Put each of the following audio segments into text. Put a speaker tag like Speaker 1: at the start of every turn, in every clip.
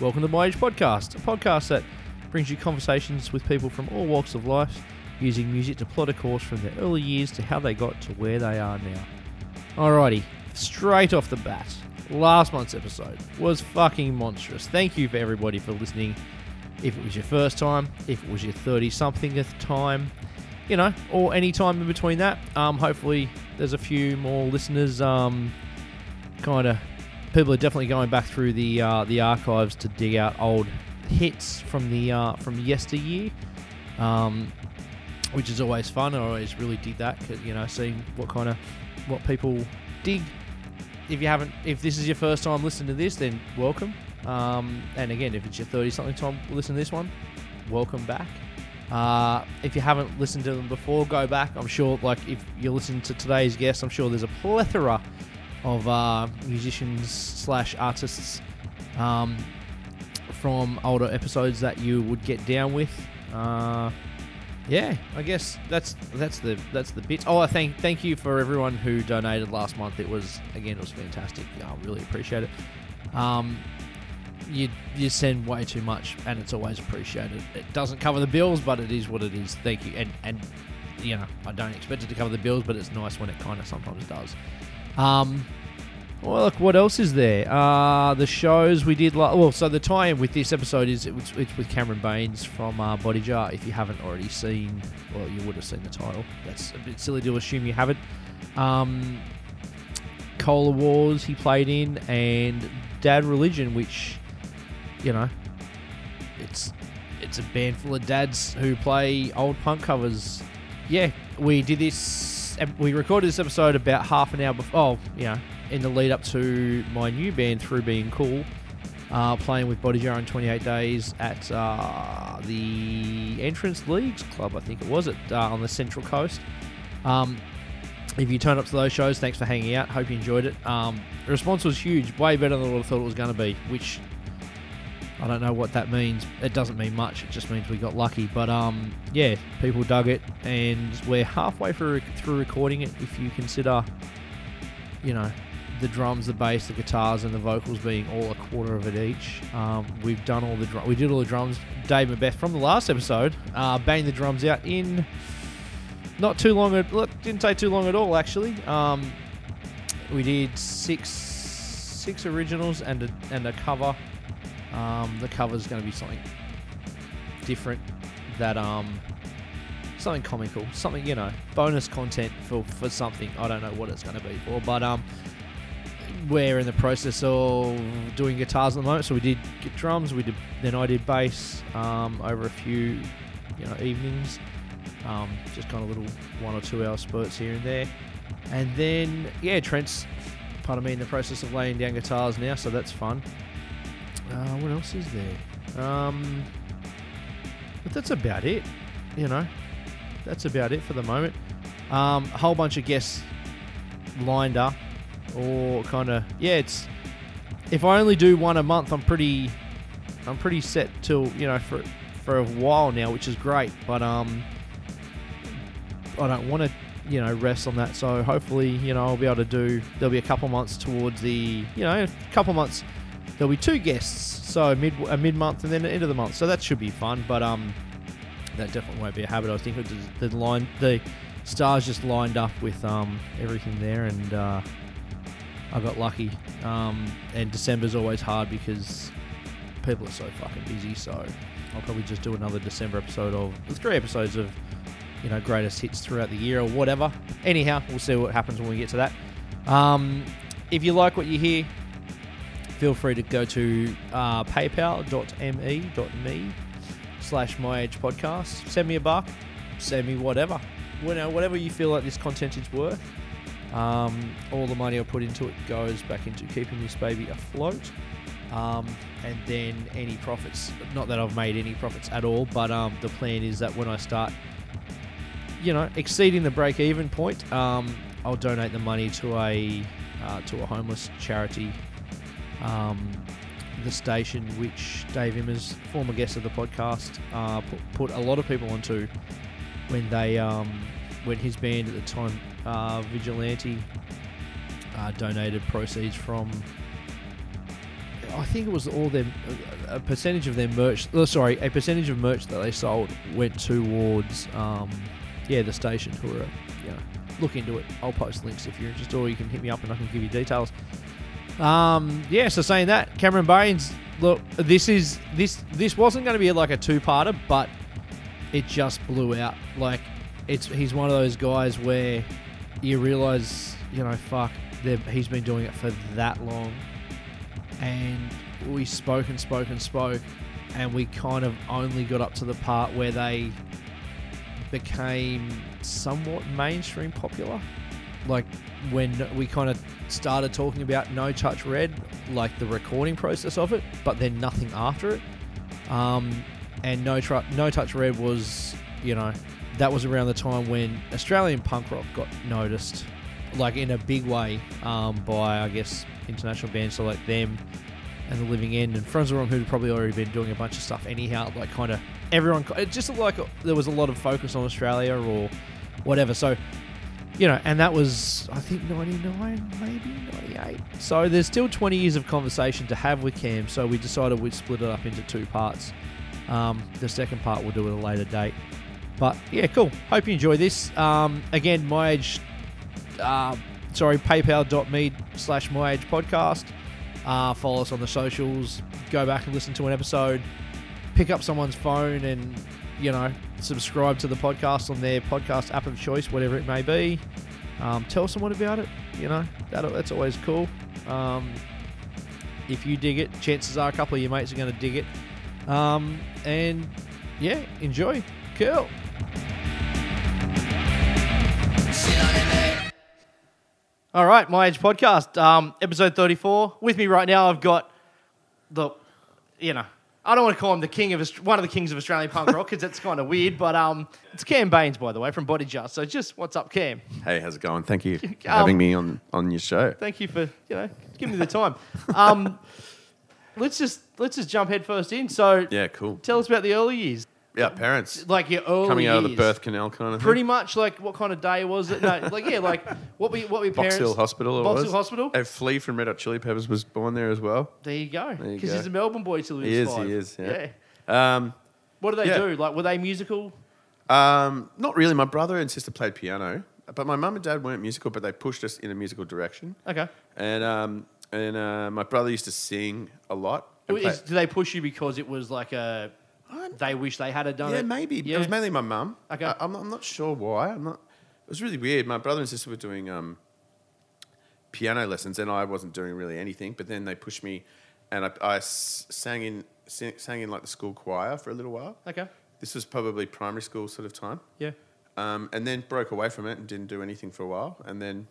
Speaker 1: Welcome to My Age Podcast, a podcast that brings you conversations with people from all walks of life using music to plot a course from their early years to how they got to where they are now. Alrighty, straight off the bat, last month's episode was fucking monstrous. Thank you for everybody for listening. If it was your first time, if it was your 30 somethingth time, you know, or any time in between that, um, hopefully there's a few more listeners um, kind of people are definitely going back through the uh, the archives to dig out old hits from the uh, from yesteryear, um, which is always fun. I always really dig that 'cause, you know seeing what kind of what people dig. If you haven't, if this is your first time listening to this, then welcome. Um, and again, if it's your thirty something time listen to this one, welcome back. Uh, if you haven't listened to them before, go back. I'm sure, like if you listen to today's guest, I'm sure there's a plethora of uh, musicians slash artists um, from older episodes that you would get down with. Uh, yeah, I guess that's that's the that's the bit. Oh, I thank thank you for everyone who donated last month. It was again, it was fantastic. I really appreciate it. Um, you you send way too much, and it's always appreciated. It doesn't cover the bills, but it is what it is. Thank you, and and you know I don't expect it to cover the bills, but it's nice when it kind of sometimes does. Um, well, look, what else is there? Uh, the shows we did. La- well, so the tie-in with this episode is it's, it's with Cameron Baines from uh, Body Jar. If you haven't already seen, well, you would have seen the title. That's a bit silly to assume you haven't. Um, Cola Wars he played in, and Dad Religion, which you know, it's it's a band full of dads who play old punk covers. Yeah, we did this. ep- We recorded this episode about half an hour before. Oh, you know, in the lead up to my new band, Through Being Cool, uh, playing with Body Jar in 28 Days at uh, the Entrance Leagues Club, I think it was, at, uh, on the Central Coast. Um, if you turn up to those shows, thanks for hanging out. Hope you enjoyed it. Um, the response was huge, way better than what I thought it was going to be, which I don't know what that means. It doesn't mean much. It just means we got lucky. But um, yeah, people dug it, and we're halfway through through recording it. If you consider, you know, the drums, the bass, the guitars, and the vocals being all a quarter of it each, um, we've done all the drum. We did all the drums. Dave and Beth from the last episode uh, banged the drums out in not too long. At, look, didn't take too long at all actually. Um, we did six six originals and a, and a cover. Um, the cover's going to be something different that um something comical, something you know, bonus content for for something. I don't know what it's going to be for, but um we're in the process of doing guitars at the moment. So we did get drums, we did then I did bass um, over a few you know evenings. Um, just kind of little one or two hour spurts here and there. And then, yeah, Trent's part of me in the process of laying down guitars now, so that's fun. Uh, what else is there? Um, but that's about it. You know, that's about it for the moment. Um, a whole bunch of guests lined up, or kind of yeah. It's if I only do one a month, I'm pretty, I'm pretty set till you know for for a while now, which is great. But um, I don't want to you know rest on that. So hopefully you know I'll be able to do. There'll be a couple months towards the you know a couple months there'll be two guests so mid a mid month and then the end of the month so that should be fun but um that definitely won't be a habit i think it just, the line the stars just lined up with um everything there and uh i got lucky um and december's always hard because people are so fucking busy so i'll probably just do another december episode of the three episodes of you know greatest hits throughout the year or whatever anyhow we'll see what happens when we get to that um if you like what you hear feel free to go to uh, paypal.me.me slash my age podcast send me a buck send me whatever you know, whatever you feel like this content is worth um, all the money i put into it goes back into keeping this baby afloat um, and then any profits not that i've made any profits at all but um, the plan is that when i start you know, exceeding the break even point, um, I'll donate the money to a uh, to a homeless charity, um, the station which Dave Immers, former guest of the podcast, uh, put, put a lot of people onto when they um, when his band at the time, uh, Vigilante, uh, donated proceeds from I think it was all them. A percentage of their merch. oh, Sorry, a percentage of merch that they sold went towards, um, yeah, the station who were, you know, look into it. I'll post links if you're interested, or you can hit me up and I can give you details. Um, yeah, so saying that, Cameron Baines, look, this is this this wasn't going to be like a two-parter, but it just blew out. Like, it's he's one of those guys where you realize, you know, fuck, they've- he's been doing it for that long, and we spoke and spoke and spoke, and we kind of only got up to the part where they became somewhat mainstream popular. Like when we kind of started talking about No Touch Red, like the recording process of it, but then nothing after it. Um, and No, Tru- no Touch Red was, you know, that was around the time when Australian punk rock got noticed, like in a big way, um, by, I guess, international bands so like them and The Living End and Friends of Rome, who'd probably already been doing a bunch of stuff anyhow, like kind of everyone, it just looked like there was a lot of focus on Australia or whatever. So, you know, and that was, I think, 99, maybe 98. So there's still 20 years of conversation to have with Cam, so we decided we'd split it up into two parts. Um, the second part we'll do at a later date. But yeah, cool. Hope you enjoy this. Um, again, my age, uh, sorry, paypal.me slash my age podcast. Uh, follow us on the socials. Go back and listen to an episode. Pick up someone's phone and, you know, subscribe to the podcast on their podcast app of choice, whatever it may be. Um, tell someone about it. You know, that, that's always cool. Um, if you dig it, chances are a couple of your mates are going to dig it. Um, and yeah, enjoy. Cool. All right, my age podcast, um, episode thirty-four. With me right now, I've got the, you know, I don't want to call him the king of Aust- one of the kings of Australian punk rock because that's kind of weird, but um, it's Cam Baines, by the way, from Body Jar. So just what's up, Cam?
Speaker 2: Hey, how's it going? Thank you for
Speaker 1: Um,
Speaker 2: having me on, on your show.
Speaker 1: Thank you for you know giving me the time. Um, let's just let's just jump head first in. So
Speaker 2: Yeah, cool.
Speaker 1: tell us about the early years,
Speaker 2: Yeah, parents
Speaker 1: like your early
Speaker 2: coming out of the
Speaker 1: years.
Speaker 2: birth canal kind of thing.
Speaker 1: pretty much like what kind of day was it? No, like yeah, like what we what we
Speaker 2: Box
Speaker 1: parents.
Speaker 2: Hill Hospital. It
Speaker 1: Box
Speaker 2: was.
Speaker 1: Hill Hospital.
Speaker 2: A flea from Red Hot Chili Peppers was born there as well.
Speaker 1: There you go.
Speaker 2: you
Speaker 1: Because
Speaker 2: go.
Speaker 1: he's a Melbourne boy till he,
Speaker 2: He
Speaker 1: was
Speaker 2: is, he
Speaker 1: five.
Speaker 2: is, yeah. Um,
Speaker 1: What do they
Speaker 2: Yeah.
Speaker 1: do? Like were they musical?
Speaker 2: um, not really. My brother and sister played piano, but my mum and dad weren't musical, but they pushed us in a musical direction.
Speaker 1: Okay.
Speaker 2: And um, and uh, my brother used to sing a lot. and play-
Speaker 1: Is, do they push you because it was like a they wish they had a done
Speaker 2: Yeah,
Speaker 1: it?
Speaker 2: maybe.
Speaker 1: Yeah.
Speaker 2: It was mainly my mum.
Speaker 1: Okay.
Speaker 2: I, I'm, I'm not sure why. I'm not. It was really weird. My brother and sister were doing um, piano lessons, and I wasn't doing really anything. But then they pushed me, and I, I s- sang in sing, sang in like the school choir for a little while.
Speaker 1: Okay.
Speaker 2: This was probably primary school sort of time,
Speaker 1: Yeah.
Speaker 2: um, and then broke away from it and didn't do anything for a while. And then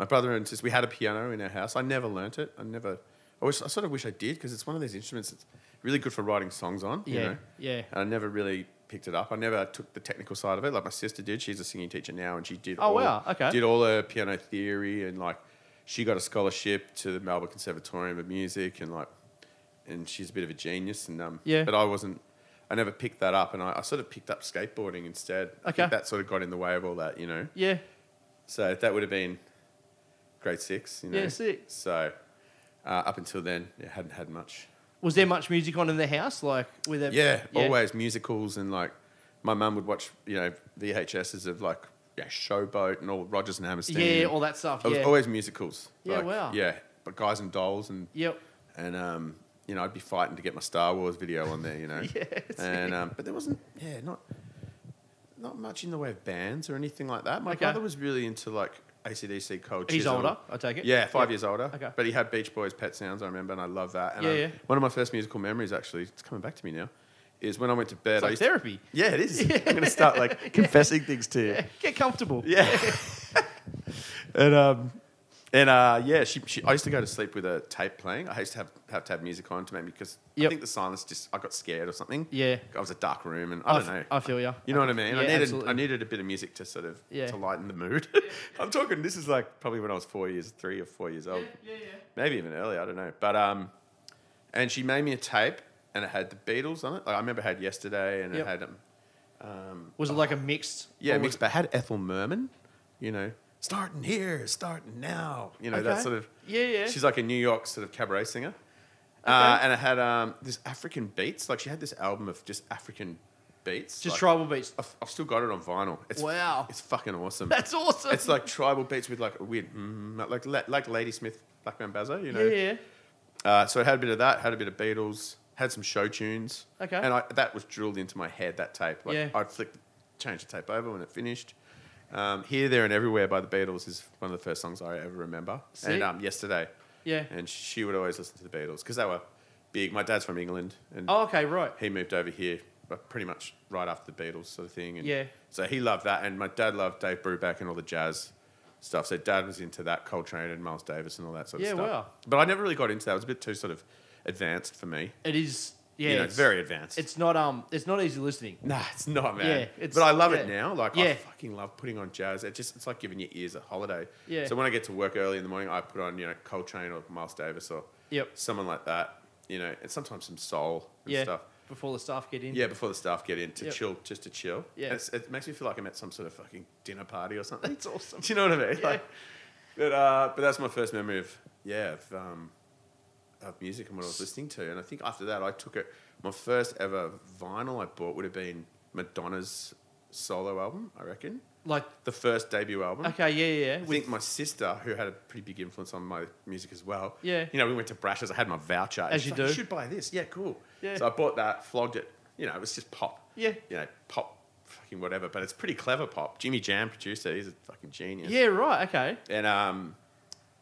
Speaker 2: my brother and sister, we had a piano in our house. I never learnt it. I never. I, wish, I sort of wish I did because it's one of those instruments that's really good for writing songs on. You
Speaker 1: Yeah.
Speaker 2: know?
Speaker 1: Yeah.
Speaker 2: And I never really picked it up. I never took the technical side of it like my sister did. She's a singing teacher now, and she did.
Speaker 1: Oh,
Speaker 2: all,
Speaker 1: wow. Okay.
Speaker 2: Did all her piano theory and like she got a scholarship to the Melbourne Conservatorium of Music and like and she's a bit of a genius and um
Speaker 1: Yeah.
Speaker 2: But I wasn't. I never picked that up, and I, I sort of picked up skateboarding instead. I
Speaker 1: Okay.
Speaker 2: think that sort of got in the way of all that, you know.
Speaker 1: Yeah.
Speaker 2: So that would have been grade six, you know.
Speaker 1: Yeah, sick.
Speaker 2: So uh, up until then, I hadn't had much.
Speaker 1: Was there much music on in the house? Like with there
Speaker 2: Yeah, always musicals and like my mum would watch, you know, VHSs of like yeah, Showboat and all Rogers and Hammerstein.
Speaker 1: Yeah,
Speaker 2: and
Speaker 1: all that stuff.
Speaker 2: it was
Speaker 1: Yeah.
Speaker 2: always musicals.
Speaker 1: Yeah,
Speaker 2: like,
Speaker 1: wow.
Speaker 2: Yeah, but Guys and Dolls and
Speaker 1: Yep.
Speaker 2: and um, you know, I'd be fighting to get my Star Wars video on there, you know.
Speaker 1: Yes.
Speaker 2: And um, but there wasn't, yeah, not not much in the way of bands or anything like that. My
Speaker 1: Okay.
Speaker 2: brother was really into like ACDC, Cold
Speaker 1: He's
Speaker 2: Chisel.
Speaker 1: older, I take it.
Speaker 2: Yeah, five years older.
Speaker 1: Okay.
Speaker 2: But he had Beach Boys, Pet Sounds, I remember, and I love that. And
Speaker 1: Yeah,
Speaker 2: um,
Speaker 1: yeah.
Speaker 2: One of my first musical memories, actually, it's coming back to me now, is when I went to
Speaker 1: It's
Speaker 2: bed. I
Speaker 1: like
Speaker 2: used to-
Speaker 1: therapy.
Speaker 2: yeah, it is. I'm going to start like confessing things to you.
Speaker 1: Get comfortable.
Speaker 2: Yeah. and um, and uh, yeah, she, she I used to go to sleep with a tape playing. I used to have have to have music on to make me because
Speaker 1: Yep.
Speaker 2: I think the silence just I got scared or something.
Speaker 1: Yeah.
Speaker 2: I was a dark room and I don't
Speaker 1: f-
Speaker 2: know.
Speaker 1: I feel ya.
Speaker 2: You know what I mean?
Speaker 1: Yeah,
Speaker 2: I needed
Speaker 1: absolutely.
Speaker 2: I needed a bit of music to sort of
Speaker 1: Yeah.
Speaker 2: to lighten the mood. I'm talking. This is like probably when I was four years, three or four years old,
Speaker 1: Yeah, yeah.
Speaker 2: maybe even earlier. I don't know. But um, and she made me a tape and it had the Beatles on it. Like I remember it had yesterday and
Speaker 1: Yep.
Speaker 2: it had um,
Speaker 1: Was it like a mixed?
Speaker 2: yeah,
Speaker 1: or was-
Speaker 2: mixed bag. Had Ethel Merman, you know, starting here, starting now, you know,
Speaker 1: Okay.
Speaker 2: that sort of.
Speaker 1: Yeah, yeah.
Speaker 2: She's like a New York sort of cabaret singer. Uh, and it had um, this African beats. Like she had this album of just African beats.
Speaker 1: Just
Speaker 2: like-
Speaker 1: tribal beats.
Speaker 2: I've, I've still got it on vinyl. It's,
Speaker 1: Wow.
Speaker 2: it's fucking awesome.
Speaker 1: That's awesome.
Speaker 2: It's like tribal beats with like a weird, mm, like la- like Lady Smith, Black Mambazo, you know.
Speaker 1: yeah, yeah.
Speaker 2: Uh, so it had a bit of that, had a bit of Beatles, had some show tunes.
Speaker 1: Okay.
Speaker 2: And I, that was drilled into my head, that tape. Like,
Speaker 1: Yeah.
Speaker 2: I'd flick, change the tape over when it finished. Um, Here, There, and Everywhere by the Beatles is one of the first songs I ever remember.
Speaker 1: Sick.
Speaker 2: And um, yesterday.
Speaker 1: Yeah.
Speaker 2: And she would always listen to the Beatles because they were big. My dad's from England and
Speaker 1: Oh, okay, right.
Speaker 2: he moved over here but pretty much right after the Beatles sort of thing. And
Speaker 1: Yeah.
Speaker 2: So he loved that. And my dad loved Dave Brubeck and all the jazz stuff. So dad was into that Coltrane and Miles Davis and all that sort
Speaker 1: Yeah,
Speaker 2: of stuff.
Speaker 1: wow.
Speaker 2: But I never really got into that. It was a bit too sort of advanced for me.
Speaker 1: It is. Yeah,
Speaker 2: you know,
Speaker 1: it's
Speaker 2: very advanced.
Speaker 1: It's not um. It's not easy listening.
Speaker 2: Nah, it's not, man.
Speaker 1: Yeah, it's-
Speaker 2: but I love it
Speaker 1: yeah.
Speaker 2: now. Like
Speaker 1: Yeah.
Speaker 2: I fucking love putting on jazz. It just it's like giving your ears a holiday.
Speaker 1: Yeah.
Speaker 2: So when I get to work early in the morning, I put on you know Coltrane or Miles Davis or
Speaker 1: Yep.
Speaker 2: someone like that. You know, and sometimes some soul and
Speaker 1: yeah.
Speaker 2: stuff.
Speaker 1: Before the staff get in.
Speaker 2: Yeah, before the staff get in to
Speaker 1: Yep.
Speaker 2: chill, just to chill.
Speaker 1: Yeah.
Speaker 2: And it's, it makes me feel like I'm at some sort of fucking dinner party or something.
Speaker 1: That's awesome.
Speaker 2: Do you know what I mean?
Speaker 1: Yeah.
Speaker 2: Like, but uh, but that's my first memory of yeah of, um, of music and what I was listening to. And I think after that, I took it. My first ever vinyl I bought would have been Madonna's solo album. I reckon
Speaker 1: Like.
Speaker 2: the first debut album.
Speaker 1: Okay. Yeah. Yeah. yeah.
Speaker 2: I think my sister, who had a pretty big influence on my music as well.
Speaker 1: Yeah.
Speaker 2: You know, we went to Brash's. I had my voucher. and
Speaker 1: As
Speaker 2: she's
Speaker 1: you
Speaker 2: like,
Speaker 1: do.
Speaker 2: You should buy this. Yeah, cool.
Speaker 1: Yeah.
Speaker 2: So I bought that, flogged it. You know, it was just pop.
Speaker 1: Yeah.
Speaker 2: You know, pop, fucking whatever. But it's pretty clever pop. Jimmy Jam produced it. He's a fucking genius.
Speaker 1: Yeah. Right. Okay.
Speaker 2: And um,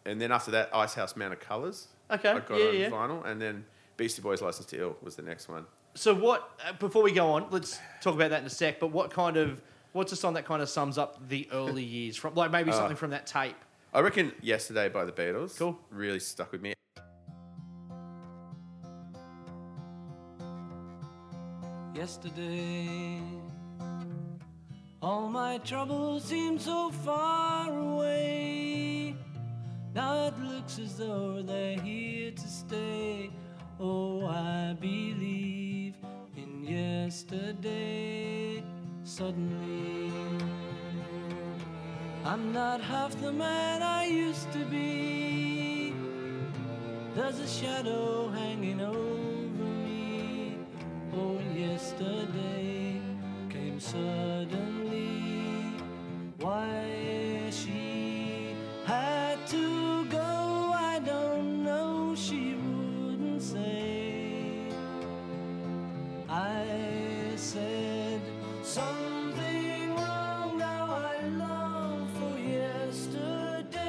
Speaker 2: and then after that, Ice House Mount of Colors.
Speaker 1: Okay,
Speaker 2: I got
Speaker 1: yeah,
Speaker 2: on
Speaker 1: yeah.
Speaker 2: vinyl, and then Beastie Boys' License to Ill was the next one.
Speaker 1: So what? Uh, before we go on, let's talk about that in a sec. But what kind of? What's a song that kind of sums up the early years from? Like
Speaker 2: Uh.
Speaker 1: maybe something from that tape.
Speaker 2: I reckon Yesterday by the Beatles.
Speaker 1: Cool.
Speaker 2: Really stuck with me.
Speaker 3: yesterday. All my troubles seem so far away. Now it looks as though they're here to stay. Oh, I believe in yesterday. Suddenly, I'm not half the man I used to be. There's a shadow hanging over me. Oh, yesterday came suddenly. Why she had to go, I don't know. She wouldn't say. I said something wrong. Now I long for yesterday.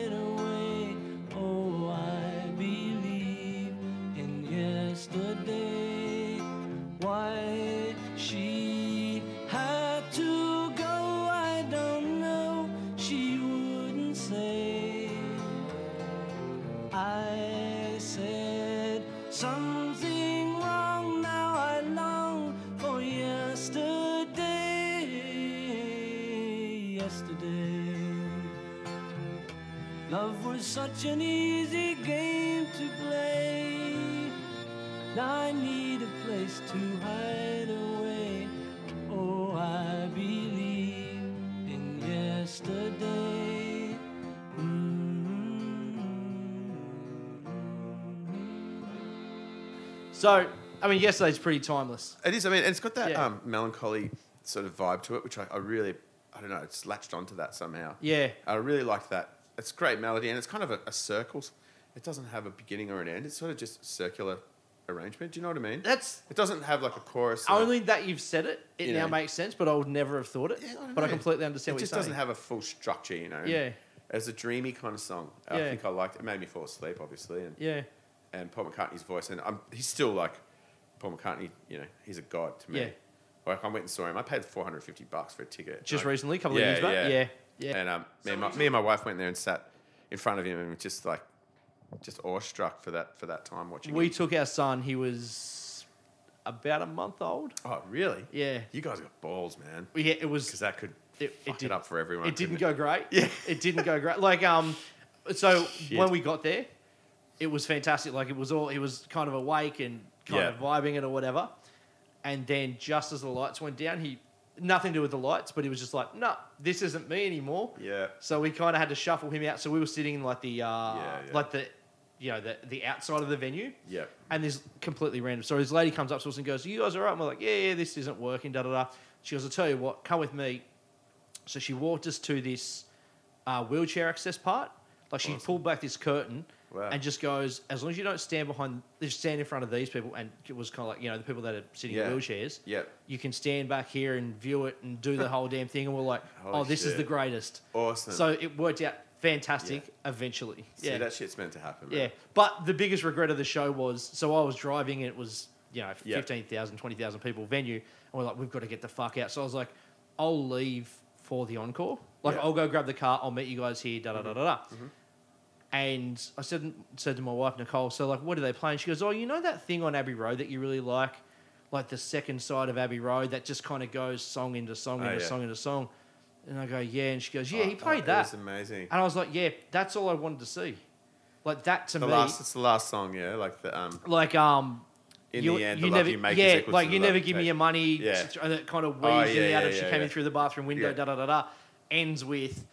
Speaker 3: away. Oh, I believe in yesterday. Why she had to go, I don't know. She wouldn't say. I said something wrong. Now I long for yesterday. Yesterday. Love was such an easy game to play. Now I need a place to hide away. Oh, I believe in yesterday. Mm-hmm.
Speaker 1: So I mean, yesterday's pretty timeless.
Speaker 2: It is. I mean, and it's got that
Speaker 1: Yeah.
Speaker 2: um, melancholy sort of vibe to it, which I, I really, I don't know, it's latched onto that somehow.
Speaker 1: Yeah.
Speaker 2: I really like that. It's a great melody, and it's kind of a, a circle. It doesn't have a beginning or an end. It's sort of just circular arrangement. Do you know what I mean?
Speaker 1: That's
Speaker 2: It doesn't have like a chorus. and a-
Speaker 1: only that you've said it. It
Speaker 2: You
Speaker 1: now
Speaker 2: know.
Speaker 1: makes sense, but I would never have thought it.
Speaker 2: Yeah, don't
Speaker 1: but I
Speaker 2: know.
Speaker 1: completely understand
Speaker 2: It
Speaker 1: what
Speaker 2: just
Speaker 1: you're saying.
Speaker 2: doesn't have a full structure, you know.
Speaker 1: Yeah.
Speaker 2: It was a dreamy kind of song. I
Speaker 1: Yeah.
Speaker 2: think I liked it. It made me fall asleep, obviously, and
Speaker 1: yeah.
Speaker 2: and Paul McCartney's voice, and I'm, he's still like Paul McCartney. You know, he's a god to me.
Speaker 1: Yeah.
Speaker 2: Like I went and saw him. I paid 450 bucks for a ticket.
Speaker 1: Just
Speaker 2: Like,
Speaker 1: recently, a couple of years back. Yeah. Yeah.
Speaker 2: And um, me, and my, me and my wife went there and sat in front of him, and we just like, just awestruck for that for that time watching.
Speaker 1: we
Speaker 2: him.
Speaker 1: took our son. He was about a month old.
Speaker 2: oh really?
Speaker 1: Yeah.
Speaker 2: You guys got balls, man.
Speaker 1: Yeah. It was.
Speaker 2: Because that could
Speaker 1: It- it
Speaker 2: fuck it,
Speaker 1: did-
Speaker 2: up for everyone.
Speaker 1: it didn't
Speaker 2: couldn't
Speaker 1: go great. Yeah, it didn't go great. Like um, so when we got there, it was fantastic. Like it was all, it was kind of awake and kind
Speaker 2: Yeah.
Speaker 1: of vibing it or whatever. And then just as the lights went down, he nothing to do with the lights, but he was just like, no, this isn't me anymore.
Speaker 2: Yeah.
Speaker 1: So we kind of had to shuffle him out. So we were sitting in like the uh,
Speaker 2: yeah.
Speaker 1: like the you know the the outside of the venue.
Speaker 2: Yeah.
Speaker 1: And this completely random. So this lady comes up to us and goes, "You guys all right?" And we're like, "Yeah, yeah, this isn't working." Da da da. She goes, "I tell you what, come with me." So she walked us to this uh, wheelchair access part. Like she pulled back this curtain
Speaker 2: Wow.
Speaker 1: and just goes, as long as you don't stand behind, just stand in front of these people. And it was kind of like, you know, the people that are sitting
Speaker 2: Yeah.
Speaker 1: in wheelchairs.
Speaker 2: Yeah.
Speaker 1: You can stand back here and view it and do the whole damn thing. And we're like,
Speaker 2: Holy
Speaker 1: oh, this is
Speaker 2: shit.
Speaker 1: the greatest.
Speaker 2: Awesome.
Speaker 1: So it worked out fantastic eventually.
Speaker 2: See,
Speaker 1: yeah.
Speaker 2: that shit's meant to happen.
Speaker 1: yeah.
Speaker 2: Man.
Speaker 1: But the biggest regret of the show was so I was driving and it was, you know,
Speaker 2: Yeah.
Speaker 1: 15,000, 20,000 people venue. And we're like, we've got to get the fuck out. So I was like, I'll leave for the encore. Like,
Speaker 2: Yeah. Mm-hmm.
Speaker 1: I'll go grab the car. I'll meet you guys here. Da da da da da. And I said said to my wife Nicole, so like, what are they playing? She goes, oh, you know that thing on Abbey Road that you really like, like the second side of Abbey Road that just kind of goes song into song
Speaker 2: Oh,
Speaker 1: into
Speaker 2: yeah.
Speaker 1: song into song. And I go, yeah. And she goes, yeah,
Speaker 2: Oh,
Speaker 1: he played
Speaker 2: oh,
Speaker 1: that.
Speaker 2: It was amazing.
Speaker 1: And I was like, yeah, that's all I wanted to see. Like that to
Speaker 2: The
Speaker 1: me,
Speaker 2: last, it's the last song, yeah. Like the um,
Speaker 1: like um,
Speaker 2: in
Speaker 1: you,
Speaker 2: the end,
Speaker 1: you
Speaker 2: the
Speaker 1: never,
Speaker 2: love you make is
Speaker 1: yeah,
Speaker 2: equal
Speaker 1: like
Speaker 2: to
Speaker 1: you
Speaker 2: the love
Speaker 1: never give me
Speaker 2: take.
Speaker 1: your money,
Speaker 2: Yeah.
Speaker 1: and it kind of weaves
Speaker 2: Oh,
Speaker 1: in and
Speaker 2: yeah,
Speaker 1: out of
Speaker 2: yeah,
Speaker 1: she
Speaker 2: yeah,
Speaker 1: came in
Speaker 2: yeah.
Speaker 1: through the bathroom window,
Speaker 2: Yeah.
Speaker 1: da da da da, ends with,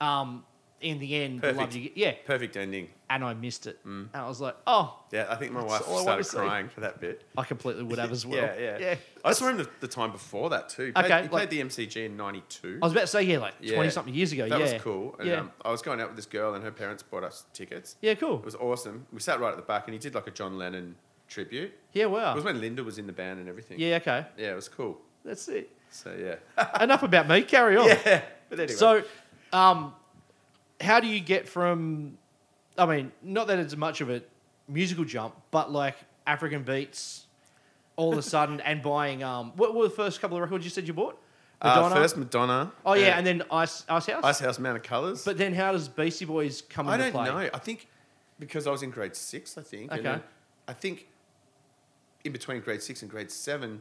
Speaker 1: um, in the end, the love
Speaker 2: Perfect. Mm.
Speaker 1: you, get- yeah,
Speaker 2: Perfect ending.
Speaker 1: and I missed it, and I was like, oh,
Speaker 2: Yeah, I think my
Speaker 1: That's
Speaker 2: wife
Speaker 1: all I wanna
Speaker 2: started
Speaker 1: see.
Speaker 2: crying for that bit.
Speaker 1: I completely would have as well,
Speaker 2: Yeah, yeah,
Speaker 1: yeah.
Speaker 2: I saw him the, the time before that too. He played,
Speaker 1: Okay,
Speaker 2: he
Speaker 1: like-
Speaker 2: played the MCG in '92.
Speaker 1: I was about to say, yeah, like
Speaker 2: Yeah.
Speaker 1: twenty something years ago,
Speaker 2: That
Speaker 1: yeah,
Speaker 2: was cool. And,
Speaker 1: yeah,
Speaker 2: um, I was going out with this girl, and her parents bought us tickets.
Speaker 1: yeah, cool,
Speaker 2: It was awesome. We sat right at the back, and he did like a John Lennon tribute.
Speaker 1: yeah,
Speaker 2: It
Speaker 1: wow,
Speaker 2: was when Linda was in the band and everything.
Speaker 1: Ah. yeah, okay,
Speaker 2: yeah, it was cool.
Speaker 1: that's it.
Speaker 2: So yeah,
Speaker 1: Enough about me. Carry on.
Speaker 2: yeah. But anyway,
Speaker 1: So, um, how do you get from? I mean, not that it's much of a musical jump, but like African beats, all of a sudden, and buying um, what were the first couple of records you said you bought?
Speaker 2: Uh, first Madonna.
Speaker 1: oh yeah,
Speaker 2: uh,
Speaker 1: and then Ice Ice House.
Speaker 2: Ice House Man of Colors.
Speaker 1: But then, how does Beastie Boys come
Speaker 2: I
Speaker 1: into
Speaker 2: don't
Speaker 1: play?
Speaker 2: know. I think because I was in grade six, I think.
Speaker 1: Okay.
Speaker 2: And then I think in between grade six and grade seven,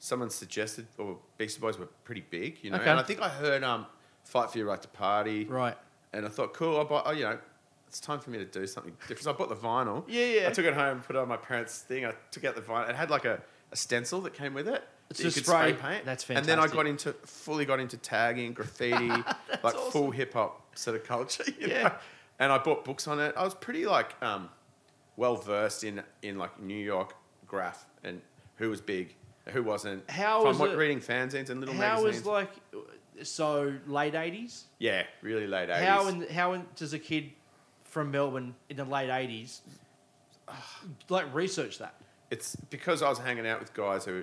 Speaker 2: someone suggested, or Beastie Boys were pretty big, you know.
Speaker 1: Okay.
Speaker 2: And I think I heard um, "Fight for Your Right to Party,"
Speaker 1: Right.
Speaker 2: and I thought, cool, I bought, oh, you know, it's time for me to do something different. So I bought the vinyl.
Speaker 1: Yeah, yeah.
Speaker 2: I took it home, put it on my parents' thing. I took out the vinyl. It had like a, a stencil that came with it.
Speaker 1: It's
Speaker 2: that you
Speaker 1: a
Speaker 2: could
Speaker 1: spray.
Speaker 2: spray paint.
Speaker 1: That's
Speaker 2: And then I
Speaker 1: fantastic.
Speaker 2: got into fully got into tagging, graffiti, like full hip hop sort of culture. You
Speaker 1: Yeah.
Speaker 2: Know? And I bought books on it. I was pretty like um, well versed in in like New York graph and who was big, who wasn't.
Speaker 1: How
Speaker 2: From
Speaker 1: was
Speaker 2: what-
Speaker 1: it-
Speaker 2: reading fanzines and little
Speaker 1: How
Speaker 2: magazines.
Speaker 1: is like so late eighties?
Speaker 2: yeah, really late eighties.
Speaker 1: How in, how in, does a kid from Melbourne in the late eighties like research that?
Speaker 2: it's because I was hanging out with guys who,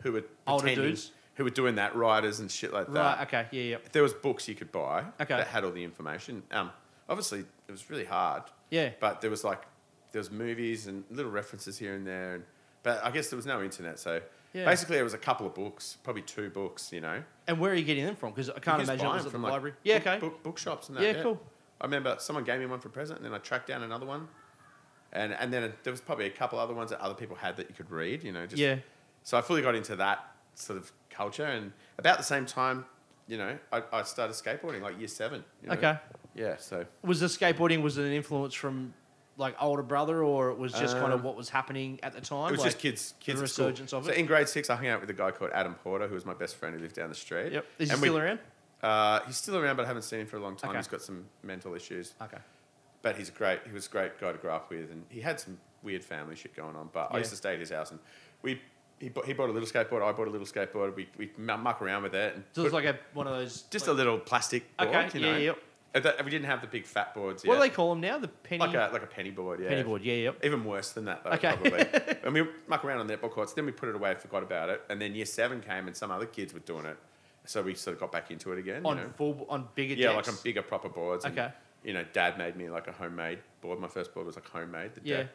Speaker 2: who were
Speaker 1: Older
Speaker 2: pretending-
Speaker 1: dudes?
Speaker 2: who were doing that, writers and shit like that.
Speaker 1: Right. Okay. Yeah. Yeah.
Speaker 2: There was books you could buy
Speaker 1: Okay.
Speaker 2: that had all the information. Um, obviously it was really hard.
Speaker 1: Yeah.
Speaker 2: But there was like there was movies and little references here and there, and, but I guess there was no internet, so
Speaker 1: Yeah.
Speaker 2: basically there was a couple of books, probably two books, you know.
Speaker 1: And where are you getting them from? Because I can't
Speaker 2: You could just
Speaker 1: imagine it
Speaker 2: buy
Speaker 1: was
Speaker 2: them
Speaker 1: at the
Speaker 2: from, like,
Speaker 1: library. Yeah,
Speaker 2: book-
Speaker 1: okay.
Speaker 2: Book, bookshops and that.
Speaker 1: Yeah, cool.
Speaker 2: I remember someone gave me one for a present, and then I tracked down another one, and and then there was probably a couple other ones that other people had that you could read. You know, just
Speaker 1: Yeah.
Speaker 2: So I fully got into that sort of culture, and about the same time, you know, I, I started skateboarding like year seven. you know.
Speaker 1: Okay.
Speaker 2: Yeah. So
Speaker 1: Was the skateboarding was it an influence from like older brother, or it was just kind of
Speaker 2: Um,
Speaker 1: what was happening at the time?
Speaker 2: it was
Speaker 1: like,
Speaker 2: just kids. Kids.
Speaker 1: the
Speaker 2: at school.
Speaker 1: resurgence of
Speaker 2: So
Speaker 1: it.
Speaker 2: in grade six, I hung out with a guy called Adam Porter, who was my best friend who lived down the street.
Speaker 1: Yep. Is he
Speaker 2: And we-
Speaker 1: still around?
Speaker 2: Uh, he's still around, but I haven't seen him for a long time.
Speaker 1: Okay.
Speaker 2: He's got some mental issues.
Speaker 1: Okay.
Speaker 2: But he's a great. He was a great guy to grow up with, and he had some weird family shit going on. But
Speaker 1: Yeah.
Speaker 2: I used to stay at his house, and we he bought, he bought a little skateboard. I bought a little skateboard. We we mu- muck around with it, and
Speaker 1: So it was
Speaker 2: put-
Speaker 1: like a one of those.
Speaker 2: just a
Speaker 1: like,
Speaker 2: little plastic board.
Speaker 1: Okay,
Speaker 2: you
Speaker 1: yeah,
Speaker 2: know.
Speaker 1: yep.
Speaker 2: And that- We didn't have the big fat boards.
Speaker 1: What do
Speaker 2: yet.
Speaker 1: they call them now? The penny.
Speaker 2: like a like a penny board. Yeah,
Speaker 1: Penny board. Yeah. Yep.
Speaker 2: Even worse than that, though,
Speaker 1: Okay.
Speaker 2: probably. and we muck around on netball courts. Then we put it away, forgot about it. And then year seven came, and some other kids were doing it. So we sort of got back into it again.
Speaker 1: On
Speaker 2: you know?
Speaker 1: full on bigger.
Speaker 2: Yeah,
Speaker 1: decks.
Speaker 2: like on bigger proper boards. and,
Speaker 1: Okay.
Speaker 2: You know, Dad made me like a homemade board. My first board was like homemade. The
Speaker 1: Yeah.
Speaker 2: deck.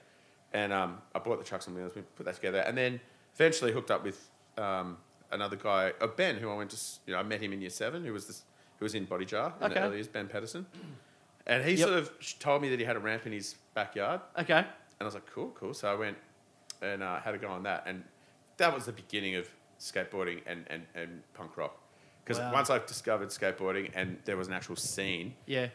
Speaker 2: And um, I bought the trucks and wheels. We put that together, and then eventually hooked up with um, another guy, uh, Ben, who I went to. s- You know, I met him in year seven. Who was this? Who was in Body Jar in
Speaker 1: Okay.
Speaker 2: the early years? Ben Patterson. And he
Speaker 1: Yep.
Speaker 2: sort of sh- told me that he had a ramp in his backyard,
Speaker 1: Okay.
Speaker 2: and I was like, cool, cool. So I went and uh, had a go on that. And that was the beginning of skateboarding and, and, and punk rock. Because
Speaker 1: Wow.
Speaker 2: once I discovered skateboarding and there was an actual scene,
Speaker 1: Yeah.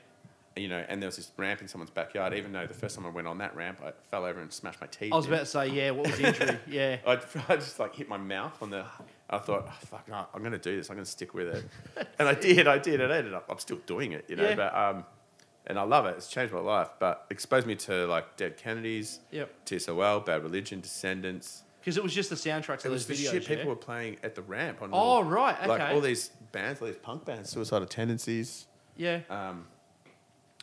Speaker 2: you know, and there was this ramp in someone's backyard. Even though the first time I went on that ramp, I fell over and smashed my teeth.
Speaker 1: I was
Speaker 2: in.
Speaker 1: about to say, yeah, what was the injury? Yeah.
Speaker 2: I, I just like hit my mouth on the. I thought, oh, fuck, no, I'm going to do this. I'm going to stick with it. and I did. I did. It ended up. I'm still doing it, you know.
Speaker 1: Yeah.
Speaker 2: But um, and I love it. It's changed my life. But exposed me to like Dead Kennedys,
Speaker 1: Yep.
Speaker 2: TSOL, Bad Religion, Descendants.
Speaker 1: Because it was just the soundtrack to
Speaker 2: It
Speaker 1: those
Speaker 2: was the
Speaker 1: videos.
Speaker 2: shit people
Speaker 1: yeah?
Speaker 2: were playing at the ramp on.
Speaker 1: Oh,
Speaker 2: little-
Speaker 1: right,
Speaker 2: Like
Speaker 1: okay.
Speaker 2: all these bands, all these punk bands, Suicidal Tendencies
Speaker 1: yeah.
Speaker 2: um,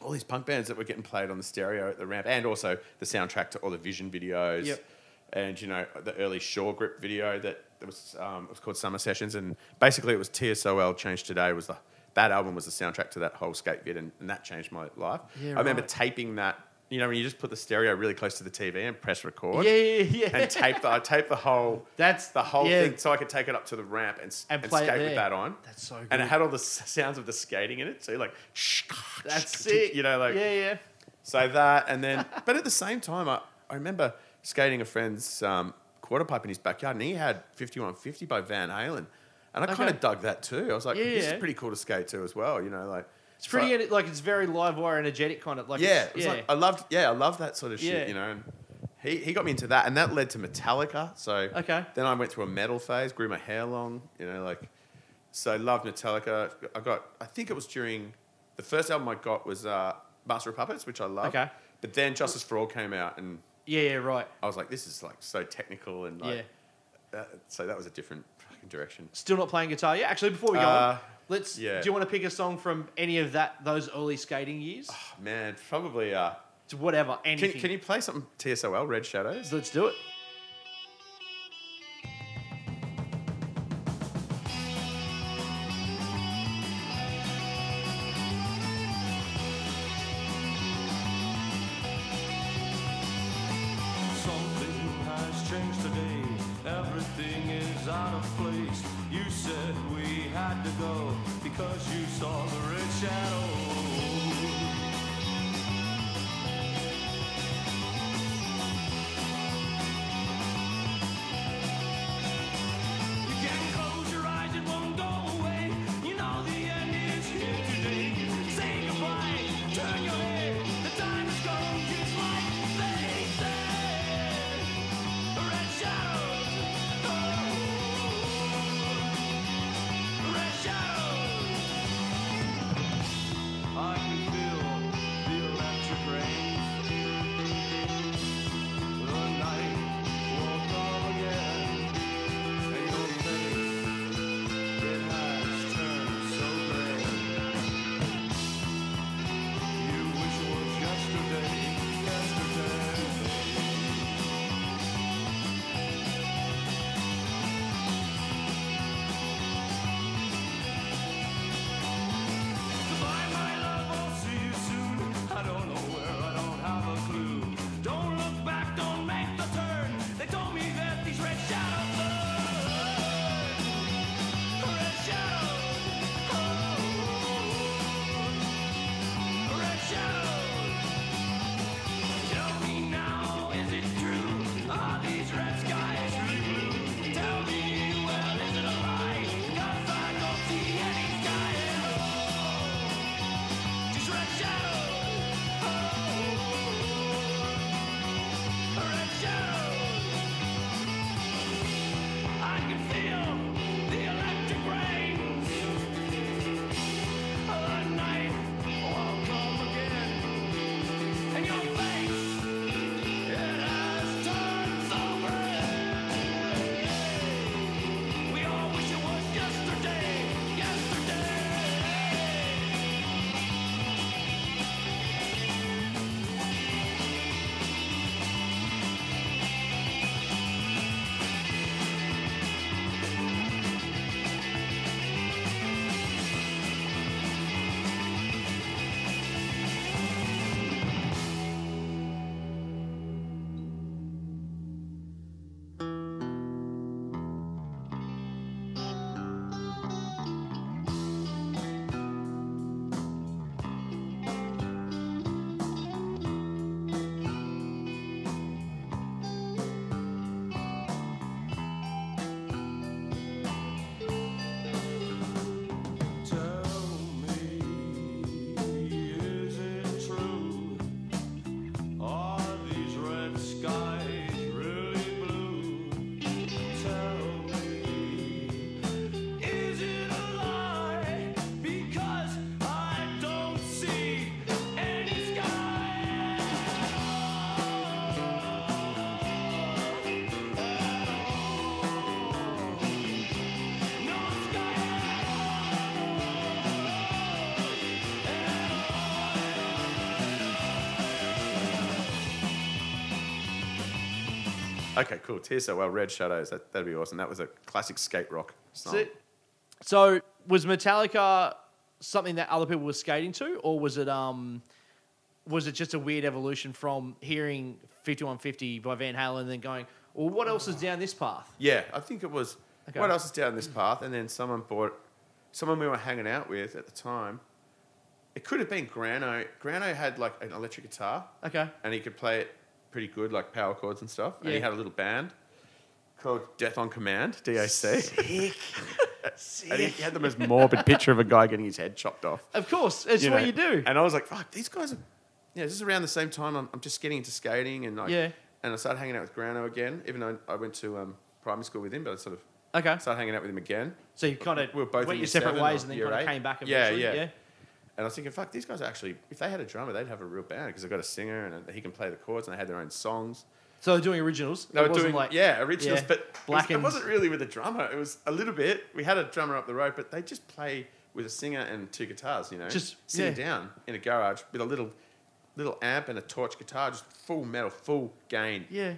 Speaker 2: all these punk bands that were getting played on the stereo at the ramp, and also the soundtrack to all the Vision videos,
Speaker 1: Yep.
Speaker 2: and you know the early Shore Grip video that that was um, it was called Summer Sessions, and basically it was TSOL Change Today was the that album was the soundtrack to that whole skate vid, and, and that changed my life.
Speaker 1: Yeah,
Speaker 2: I remember
Speaker 1: right.
Speaker 2: taping that. You know, when you just put the stereo really close to the TV and press record,
Speaker 1: Yeah, yeah, yeah.
Speaker 2: and tape the I tape the whole
Speaker 1: That's-
Speaker 2: the whole
Speaker 1: yeah.
Speaker 2: thing, so I could take it up to the ramp and, s-
Speaker 1: And
Speaker 2: and,
Speaker 1: play it
Speaker 2: skate
Speaker 1: there.
Speaker 2: with that on.
Speaker 1: That's so
Speaker 2: And
Speaker 1: good.
Speaker 2: it had all the s- sounds of the skating in it, so you're like,
Speaker 1: That's sick.
Speaker 2: you know, like
Speaker 1: yeah, yeah.
Speaker 2: so that, and then, but at the same time, I, I remember skating a friend's um, quarter pipe in his backyard, and he had 5150 by Van Halen, and I kind
Speaker 1: Okay.
Speaker 2: of dug that too. I was like,
Speaker 1: Yeah,
Speaker 2: this
Speaker 1: yeah.
Speaker 2: is pretty cool to skate to as well, you know, like
Speaker 1: It's pretty ener- like it's very live wire energetic kind of like
Speaker 2: yeah,
Speaker 1: it's-
Speaker 2: it was
Speaker 1: yeah.
Speaker 2: like I loved, yeah, I loved that sort of
Speaker 1: Yeah.
Speaker 2: shit, you know. And he he got me into that, and that led to Metallica. So
Speaker 1: Okay.
Speaker 2: then I went through a metal phase, grew my hair long, you know, like so. I loved Metallica. I got, I think it was during the first album I got was uh, Master of Puppets, which I love.
Speaker 1: Okay.
Speaker 2: but then Justice for All came out, and
Speaker 1: yeah, yeah, right.
Speaker 2: I was like, this is like so technical, and like,
Speaker 1: yeah.
Speaker 2: that, so that was a different fucking direction.
Speaker 1: Still not playing guitar. Yeah, actually, before we go,
Speaker 2: Uh,
Speaker 1: on, let's.
Speaker 2: yeah.
Speaker 1: Do you want to pick a song from any of that those early skating years?
Speaker 2: Man, probably. Uh,
Speaker 1: It's whatever.
Speaker 2: Oh. can,
Speaker 1: Anything.
Speaker 2: can you play something TSOL Red Shadows?
Speaker 1: Let's do it.
Speaker 3: Something has changed today. Everything is out of place. You said we had to go because you saw the red shadow. You can close your eyes, it won't go away. You know the end is here today. Say goodbye, turn your head. The time has come, just like they said. Red shadows, oh, red shadows. I
Speaker 2: Okay, cool. Tears So Well, Red Shadows. That, that'd be awesome. That was a classic skate rock song.
Speaker 1: So, so was Metallica something that other people were skating to, or was it um, was it just a weird evolution from hearing 5150 by Van Halen and then going, well, what else is down this path?
Speaker 2: Yeah, I think it was.
Speaker 1: Okay.
Speaker 2: What else is down this path? And then someone bought, someone we were hanging out with at the time. It could have been Grano. Grano had like an electric guitar,
Speaker 1: Okay,
Speaker 2: and he could play it pretty good, like power chords and stuff. And he
Speaker 1: Yeah.
Speaker 2: had a little band called Death on Command (DOC),
Speaker 1: Sick.
Speaker 2: and
Speaker 1: Sick.
Speaker 2: he had the most morbid picture of a guy getting his head chopped off.
Speaker 1: Of course, it's
Speaker 2: you
Speaker 1: what
Speaker 2: know.
Speaker 1: you do.
Speaker 2: And I was like, fuck, these guys are. Yeah, this is around the same time I'm, I'm just getting into skating and like.
Speaker 1: Yeah.
Speaker 2: And I started hanging out with Grano again, even though I went to um, primary school with him, but I sort of
Speaker 1: Okay,
Speaker 2: started hanging out with him again.
Speaker 1: so you kind of
Speaker 2: we were both in
Speaker 1: went your
Speaker 2: year
Speaker 1: separate
Speaker 2: seven
Speaker 1: ways
Speaker 2: or
Speaker 1: and then
Speaker 2: year
Speaker 1: kind of
Speaker 2: eight.
Speaker 1: came back.
Speaker 2: Yeah,
Speaker 1: Eventually.
Speaker 2: yeah. And I was thinking, fuck, these guys actually, if they had a drummer, they'd have a real band because they've got a singer and he can play the chords and they had their own songs.
Speaker 1: So they're doing originals.
Speaker 2: They
Speaker 1: It
Speaker 2: were
Speaker 1: wasn't
Speaker 2: doing, yeah, originals,
Speaker 1: yeah,
Speaker 2: but it, was,
Speaker 1: Black
Speaker 2: it
Speaker 1: and-
Speaker 2: wasn't really with a drummer. It was a little bit. We had a drummer up the road, but they just play with a singer and two guitars, you know,
Speaker 1: Just-
Speaker 2: sitting
Speaker 1: yeah.
Speaker 2: down in a garage with a little little amp and a torch guitar, just full metal, full gain.
Speaker 1: yeah.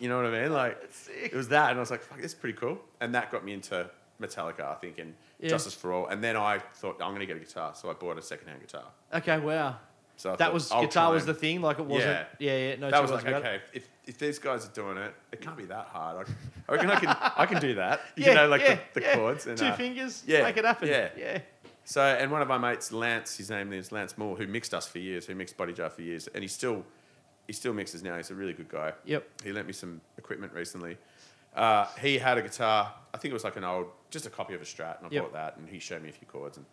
Speaker 2: You know what I mean? Like it was that, and I was like, "Fuck, this is pretty cool." And that got me into Metallica, I think, and
Speaker 1: Yeah.
Speaker 2: Justice for All. And then I thought, "I'm going to get a guitar," so I bought a secondhand guitar.
Speaker 1: Okay, wow.
Speaker 2: So I
Speaker 1: that
Speaker 2: thought,
Speaker 1: was
Speaker 2: I'll
Speaker 1: guitar
Speaker 2: try
Speaker 1: was
Speaker 2: and-
Speaker 1: the thing. Like it wasn't.
Speaker 2: Yeah.
Speaker 1: yeah, yeah no.
Speaker 2: that
Speaker 1: two
Speaker 2: was
Speaker 1: words
Speaker 2: like,
Speaker 1: about it.
Speaker 2: okay, if, if these guys are doing it, it can't be that hard. I, I reckon I can, I can do that. You know, like the, the
Speaker 1: yeah.
Speaker 2: chords and
Speaker 1: two
Speaker 2: uh,
Speaker 1: fingers.
Speaker 2: yeah,
Speaker 1: make it happen.
Speaker 2: yeah.
Speaker 1: yeah.
Speaker 2: So, and one of my mates, Lance, his name is Lance Moore, who mixed us for years, who mixed Body Jar for years, and he still, he still mixes now. He's a really good guy.
Speaker 1: Yep.
Speaker 2: He lent me some equipment recently. Uh, he had a guitar. I think it was like an old, just a copy of a Strat, and I
Speaker 1: Yep.
Speaker 2: bought that, and he showed me a few chords, and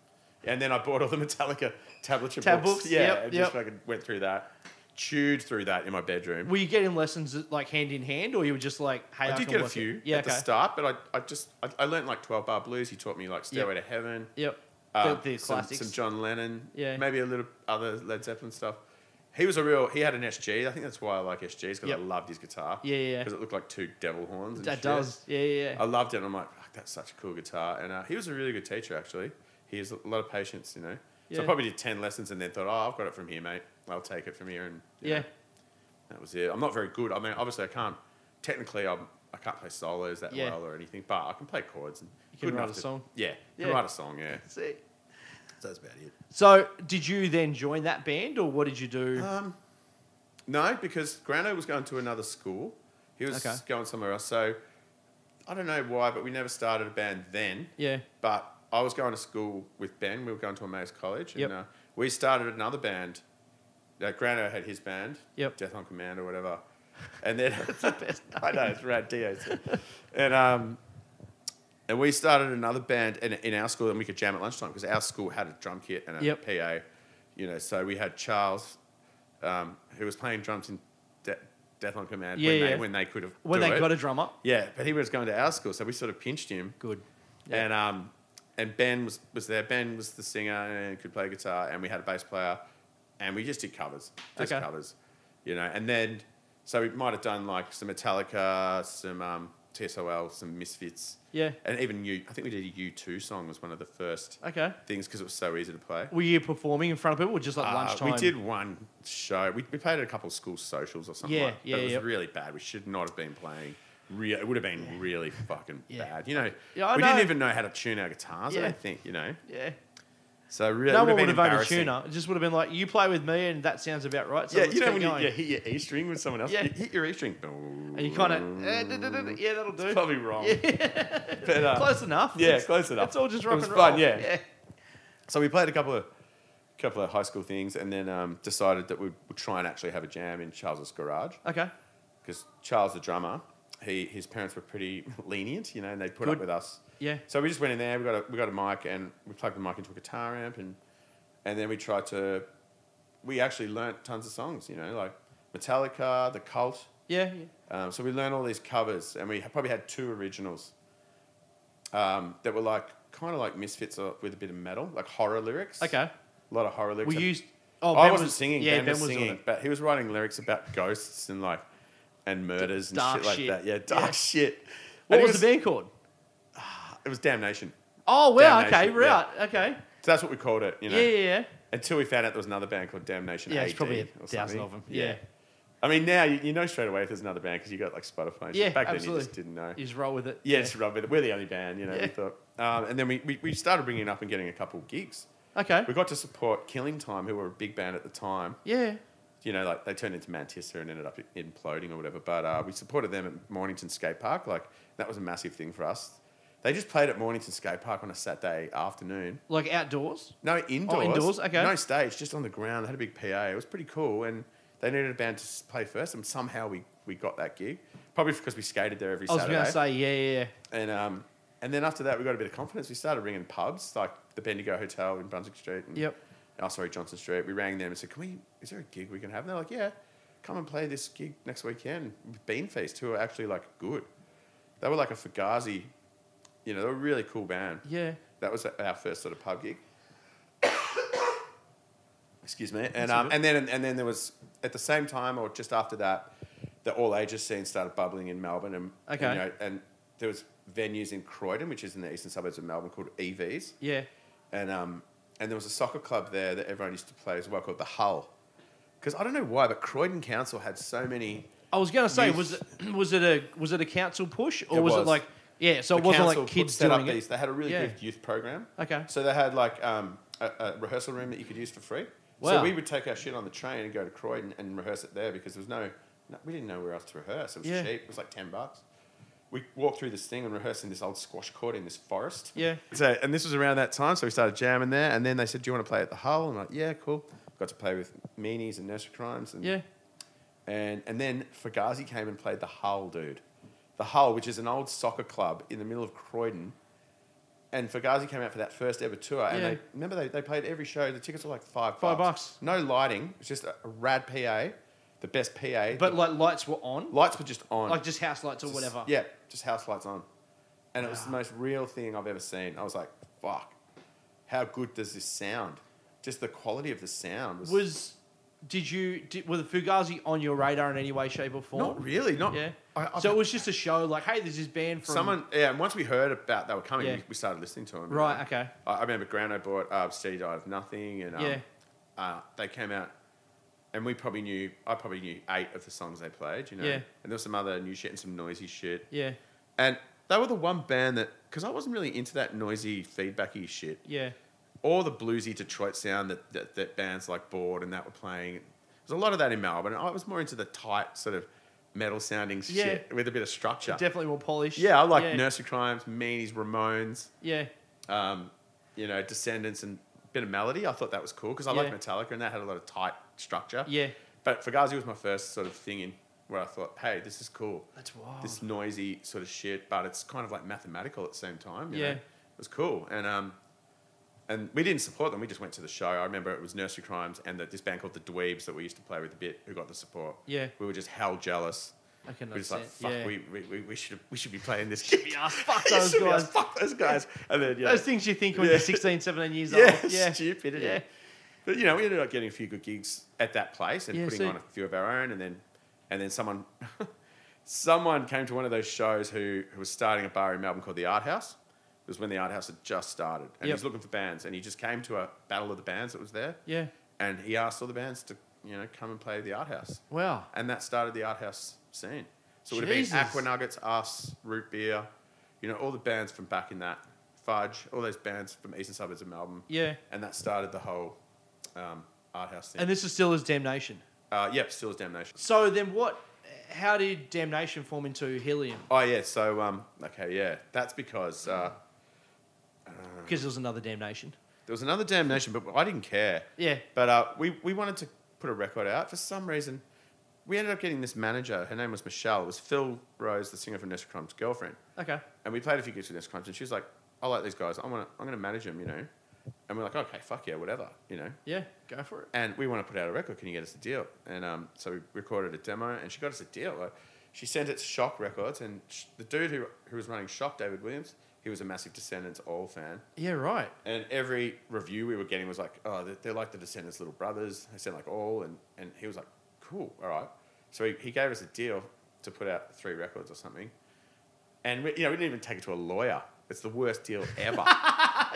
Speaker 2: and then I bought all the Metallica tablature
Speaker 1: Tab
Speaker 2: books.
Speaker 1: books,
Speaker 2: Yeah,
Speaker 1: yep,
Speaker 2: and
Speaker 1: yep.
Speaker 2: just fucking went through that, chewed through that in my bedroom.
Speaker 1: Were you getting lessons like hand in hand, or you were just like, hey, I,
Speaker 2: I did
Speaker 1: can
Speaker 2: get a
Speaker 1: work it?
Speaker 2: few
Speaker 1: Yeah,
Speaker 2: at
Speaker 1: okay.
Speaker 2: the start, but I, I just I, I learned like twelve bar blues. He taught me like Stairway to Heaven,
Speaker 1: Yep.
Speaker 2: uh,
Speaker 1: the, the
Speaker 2: some,
Speaker 1: classics.
Speaker 2: some John Lennon,
Speaker 1: Yeah.
Speaker 2: maybe a little other Led Zeppelin stuff. He was a real. He had an SG. I think that's why I like SGs because
Speaker 1: Yep.
Speaker 2: I loved his guitar.
Speaker 1: Yeah, yeah, yeah.
Speaker 2: Because it looked like two devil horns. And
Speaker 1: that
Speaker 2: shit.
Speaker 1: does. Yeah, yeah.
Speaker 2: I loved it. and I'm like, "Fuck, that's such a cool guitar. And uh, he was a really good teacher actually. He has a lot of patience, you know. So
Speaker 1: Yeah.
Speaker 2: I probably did ten lessons and then thought, oh, I've got it from here, mate. I'll take it from here and you
Speaker 1: yeah.
Speaker 2: know, that was it. I'm not very good. I mean, obviously, I can't. Technically, I'm. I can't play solos that
Speaker 1: Yeah.
Speaker 2: well or anything, but I can play chords. And
Speaker 1: You can
Speaker 2: good
Speaker 1: write
Speaker 2: enough
Speaker 1: a
Speaker 2: to-
Speaker 1: song.
Speaker 2: Yeah,
Speaker 1: Yeah.
Speaker 2: can write a song. Yeah,
Speaker 1: See.
Speaker 2: so that's about it.
Speaker 1: So, did you then join that band, or what did you do?
Speaker 2: Um, no, because Grano was going to another school. He was
Speaker 1: Okay.
Speaker 2: going somewhere else. So I don't know why, but we never started a band then.
Speaker 1: yeah.
Speaker 2: But I was going to school with Ben. We were going to Emmaus College, and
Speaker 1: Yep.
Speaker 2: uh, we started another band. Uh, Grano had his band,
Speaker 1: Yep.
Speaker 2: Death on Command or whatever, and then
Speaker 1: Best
Speaker 2: I know it's rad DOC. and um, and we started another band in, in our school, and we could jam at lunchtime because our school had a drum kit and a
Speaker 1: Yep.
Speaker 2: PA, you know. So we had Charles, um, who was playing drums in De- Death on Command
Speaker 1: Yeah,
Speaker 2: when,
Speaker 1: yeah.
Speaker 2: They, when they could have
Speaker 1: When
Speaker 2: do
Speaker 1: they
Speaker 2: it.
Speaker 1: got a drummer.
Speaker 2: yeah, but he was going to our school, so we sort of pinched him.
Speaker 1: Good.
Speaker 2: And um, and Ben was, was there. Ben was the singer and could play guitar, and we had a bass player, and we just did covers, just
Speaker 1: Okay.
Speaker 2: covers, you know. And then so we might have done like some Metallica, some um, TSOL, some Misfits,
Speaker 1: Yeah.
Speaker 2: and even you. I think we did a U two song was one of the first
Speaker 1: Okay.
Speaker 2: things because it was so easy to play.
Speaker 1: Were you performing in front of people, or just like
Speaker 2: Uh,
Speaker 1: lunchtime?
Speaker 2: we did one show. We, we played at a couple of school socials or something.
Speaker 1: Yeah,
Speaker 2: like that.
Speaker 1: yeah,
Speaker 2: It was
Speaker 1: yeah.
Speaker 2: really bad. We should not have been playing. Real, it would have been really fucking
Speaker 1: Yeah.
Speaker 2: bad. You know,
Speaker 1: Yeah, I
Speaker 2: we
Speaker 1: know.
Speaker 2: didn't even know how to tune our guitars.
Speaker 1: Yeah.
Speaker 2: I don't think you know.
Speaker 1: Yeah.
Speaker 2: So really,
Speaker 1: no one
Speaker 2: it would
Speaker 1: would
Speaker 2: have
Speaker 1: have
Speaker 2: been
Speaker 1: owned a
Speaker 2: embarrassing.
Speaker 1: tuner. It just would have been like, you play with me, and that sounds about right. So
Speaker 2: Yeah,
Speaker 1: let's
Speaker 2: you know
Speaker 1: keep
Speaker 2: when you
Speaker 1: going.
Speaker 2: yeah, hit your E string with someone else.
Speaker 1: Yeah.
Speaker 2: You hit your E string,
Speaker 1: and you kind of, eh, duh, duh, duh, duh, yeah, that'll do.
Speaker 2: probably wrong.
Speaker 1: Yeah.
Speaker 2: But, uh,
Speaker 1: close enough.
Speaker 2: yeah,
Speaker 1: It's-
Speaker 2: close enough.
Speaker 1: It's all just
Speaker 2: It
Speaker 1: rock
Speaker 2: was
Speaker 1: and
Speaker 2: fun,
Speaker 1: roll.
Speaker 2: yeah. So we played a couple of couple of high school things, and then um, decided that we'd, we'd try and actually have a jam in Charles's garage.
Speaker 1: Okay.
Speaker 2: because Charles, the drummer, he his parents were pretty lenient, you know, and they put
Speaker 1: Good.
Speaker 2: up with us.
Speaker 1: Yeah.
Speaker 2: So we just went in there. We got a we got a mic and we plugged the mic into a guitar amp and and then we tried to. We actually learnt tons of songs, you know, like Metallica, The Cult.
Speaker 1: Yeah. yeah.
Speaker 2: Um, so we learned all these covers, and we probably had two originals um, that were like kind of like misfits uh, with a bit of metal, like horror lyrics.
Speaker 1: Okay.
Speaker 2: A lot of horror lyrics.
Speaker 1: We
Speaker 2: and-
Speaker 1: used. Oh,
Speaker 2: I
Speaker 1: Ben
Speaker 2: wasn't
Speaker 1: was,
Speaker 2: singing.
Speaker 1: Yeah,
Speaker 2: ben, was,
Speaker 1: on
Speaker 2: singing,
Speaker 1: it.
Speaker 2: but he was writing lyrics about ghosts and like and murders and
Speaker 1: dark
Speaker 2: shit like
Speaker 1: shit.
Speaker 2: that. Yeah, dark
Speaker 1: Yeah.
Speaker 2: shit.
Speaker 1: What
Speaker 2: And
Speaker 1: was
Speaker 2: it
Speaker 1: the band called?
Speaker 2: It was Damnation.
Speaker 1: Oh, wow. Okay.
Speaker 2: Damnation,
Speaker 1: Right.
Speaker 2: yeah.
Speaker 1: Okay.
Speaker 2: So that's what we called it. You know,
Speaker 1: Yeah, yeah, yeah.
Speaker 2: until we found out there was another band called Damnation.
Speaker 1: Yeah,
Speaker 2: AD
Speaker 1: it's probably a
Speaker 2: or
Speaker 1: thousand
Speaker 2: something.
Speaker 1: of them. Yeah.
Speaker 2: I mean, now you, you know straight away if there's another band because you got like Spotify. and shit.
Speaker 1: Yeah,
Speaker 2: back
Speaker 1: absolutely.
Speaker 2: then you just didn't know.
Speaker 1: You just roll with it.
Speaker 2: Yeah, just rub it. We're the only band, you know.
Speaker 1: Yeah.
Speaker 2: We thought, um, and then we, we, we started bringing it up and getting a couple gigs.
Speaker 1: Okay.
Speaker 2: We got to support Killing Time, who were a big band at the time.
Speaker 1: Yeah.
Speaker 2: You know, like they turned into Manchester and ended up imploding or whatever. But uh, we supported them at Mornington Skate Park. Like that was a massive thing for us. They just played at Mornington Skate Park on a Saturday afternoon.
Speaker 1: Like outdoors.
Speaker 2: No,
Speaker 1: Oh,
Speaker 2: indoors.
Speaker 1: indoors, okay.
Speaker 2: No stage, just on the ground. They had a big PA. It was pretty cool. And they needed a band to s- play first. And somehow we, we got that gig. Probably because we skated there every
Speaker 1: I was
Speaker 2: Saturday.
Speaker 1: going to say, yeah, yeah, yeah.
Speaker 2: And um, and then after that, we got a bit of confidence. We started ringing pubs like the Bendigo Hotel in Brunswick Street. And,
Speaker 1: Yep.
Speaker 2: Oh, sorry, Johnson Street. We rang them and said, "Can we? Is there a gig we can have?" And they're like, "Yeah, come and play this gig next weekend with Bean Feast, who are actually like good. They were like a Fugazi, you know, they were a really cool band.
Speaker 1: Yeah.
Speaker 2: That was our first sort of pub gig. Excuse me. And
Speaker 1: That's all
Speaker 2: um,
Speaker 1: good.
Speaker 2: and then and then there was at the same time or just after that, the all ages scene started bubbling in Melbourne and and,
Speaker 1: Okay.
Speaker 2: you know, and there was venues in Croydon, which is in the eastern suburbs of Melbourne, called EVs.
Speaker 1: Yeah.
Speaker 2: And um, and there was a soccer club there that everyone used to play as well called the Hull. Because I don't know why, but Croydon Council had so many
Speaker 1: I was going to say,
Speaker 2: Youth-
Speaker 1: was it was it a was it a council push or
Speaker 2: It
Speaker 1: was, it
Speaker 2: was.
Speaker 1: like yeah? So it
Speaker 2: the
Speaker 1: wasn't
Speaker 2: council
Speaker 1: like
Speaker 2: put-
Speaker 1: kids
Speaker 2: set
Speaker 1: doing
Speaker 2: up
Speaker 1: it.
Speaker 2: these. They had a really
Speaker 1: Yeah.
Speaker 2: good youth program.
Speaker 1: Okay.
Speaker 2: So they had like um, a, a rehearsal room that you could use for free.
Speaker 1: Wow.
Speaker 2: So we would take our shit on the train and go to Croydon and rehearse it there because there was no, no we didn't know where else to rehearse. It was
Speaker 1: Yeah.
Speaker 2: cheap. It was like ten bucks. We walked through this thing and rehearsed in this old squash court in this forest.
Speaker 1: Yeah.
Speaker 2: So and this was around that time, so we started jamming there. And then they said, "Do you want to play at the Hull?" I'm like, "Yeah, cool." Got to play with Meanies and Nursery Crimes and
Speaker 1: Yeah.
Speaker 2: and and then Fugazi came and played the Hull, dude. The Hull, which is an old soccer club in the middle of Croydon. And Fugazi came out for that first ever tour. And
Speaker 1: Yeah.
Speaker 2: they remember they, they played every show. The tickets were like five
Speaker 1: Five bucks.
Speaker 2: No lighting. It was just a, a rad PA, the best PA.
Speaker 1: But
Speaker 2: The
Speaker 1: like lights were on,
Speaker 2: lights were just on.
Speaker 1: like just house lights or
Speaker 2: Just-
Speaker 1: whatever.
Speaker 2: Yeah, just house lights on. And it was the most real thing I've ever seen. I was like, fuck, how good does this sound? Just the quality of the sound was,
Speaker 1: Was did you did, were the Fugazi on your radar in any way, shape, or form?
Speaker 2: not really not.
Speaker 1: Yeah.
Speaker 2: I- I-
Speaker 1: so it was just a show like, hey, there's this band from
Speaker 2: Someone, yeah. And once we heard about they were coming,
Speaker 1: Yeah.
Speaker 2: we, we started listening to them.
Speaker 1: Right, okay.
Speaker 2: I, I remember Grano bought uh, Steady Died of Nothing, and um,
Speaker 1: Yeah.
Speaker 2: uh, they came out, and we probably knew. I probably knew eight of the songs they played. You know,
Speaker 1: Yeah.
Speaker 2: and there was some other new shit and some noisy shit.
Speaker 1: Yeah.
Speaker 2: And they were the one band that, because I wasn't really into that noisy feedbacky shit
Speaker 1: Yeah.
Speaker 2: or the bluesy Detroit sound that, that, that bands like Board and that were playing. There's a lot of that in Melbourne. and I was more into the tight sort of metal sounding
Speaker 1: Yeah.
Speaker 2: shit with a bit of structure.
Speaker 1: Definitely more polished.
Speaker 2: Yeah, I like
Speaker 1: yeah.
Speaker 2: Nursery Crimes, Meanies, Ramones,
Speaker 1: Yeah.
Speaker 2: um, you know, Descendants, and a bit of melody. I thought that was cool because I like
Speaker 1: Yeah.
Speaker 2: Metallica, and that had a lot of tight structure.
Speaker 1: Yeah.
Speaker 2: But Fugazi was my first sort of thing in where I thought, hey, this is cool.
Speaker 1: That's wild.
Speaker 2: This noisy sort of shit, but it's kind of like mathematical at the same time. You
Speaker 1: Yeah.
Speaker 2: know? it was cool, and um, and we didn't support them. We just went to the show. I remember it was Nursery Crimes and that this band called the Dweebs that we used to play with a bit who got the support.
Speaker 1: Yeah.
Speaker 2: we were just hell jealous.
Speaker 1: I can
Speaker 2: We're just like, fuck,
Speaker 1: understand. Yeah.
Speaker 2: we, we, we, we should we should be playing this.
Speaker 1: Should be us. Fuck
Speaker 2: It
Speaker 1: those
Speaker 2: should be us.
Speaker 1: guys.
Speaker 2: Fuck those guys. And then yeah,
Speaker 1: Those things you think when
Speaker 2: Yeah.
Speaker 1: you're 16, 17 years
Speaker 2: yeah,
Speaker 1: old. Yeah.
Speaker 2: stupidity.
Speaker 1: Yeah.
Speaker 2: But you know, we ended up getting a few good gigs at that place and
Speaker 1: Yeah,
Speaker 2: putting
Speaker 1: see.
Speaker 2: on a few of our own, and then and then someone someone came to one of those shows who who was starting a bar in Melbourne called the Art House. It was when the Art House had just started, and he
Speaker 1: Yep.
Speaker 2: was looking for bands, and he just came to a battle of the bands that was there,
Speaker 1: Yeah.
Speaker 2: and he asked all the bands to you know come and play the Art House
Speaker 1: Wow.
Speaker 2: and that started the art house scene. So it would
Speaker 1: Jesus.
Speaker 2: have been Aqua Nuggets, Us, Root Beer, you know, all the bands from back in that Fudge, all those bands from eastern suburbs of Melbourne.
Speaker 1: Yeah.
Speaker 2: and that started the whole um, art house thing.
Speaker 1: And this is still his damnation.
Speaker 2: uh, yep, still is Damnation.
Speaker 1: So then what? How did damnation form into helium?
Speaker 2: Oh yeah, so um, okay, yeah, that's because uh,
Speaker 1: Because there was another damnation.
Speaker 2: there was another Damnation, but I didn't care.
Speaker 1: Yeah.
Speaker 2: But uh, we, we wanted to put a record out. For some reason, we ended up getting this manager. Her name was Michelle. It was Phil Rose, the singer from Nessa Crime's girlfriend.
Speaker 1: Okay.
Speaker 2: And we played a few gigs with Nest Crimes, and she was like, "I like these guys. I want. I'm going to manage them, you know." And we're like, "Okay, fuck yeah, whatever, you know."
Speaker 1: Yeah. Go for it.
Speaker 2: And we want to put out a record. Can you get us a deal? And um, so we recorded a demo, and she got us a deal. Like, she sent it to Shock Records, and sh- the dude who who was running Shock, David Williams, he was a massive Descendants all fan.
Speaker 1: Yeah. Right.
Speaker 2: And every review we were getting was like, oh, they're, they're like the Descendants' little brothers. They sound like all. And, and he was like, cool, all right. So he, he gave us a deal to put out three records or something. And, we, you know, we didn't even take it to a lawyer. It's the worst deal ever.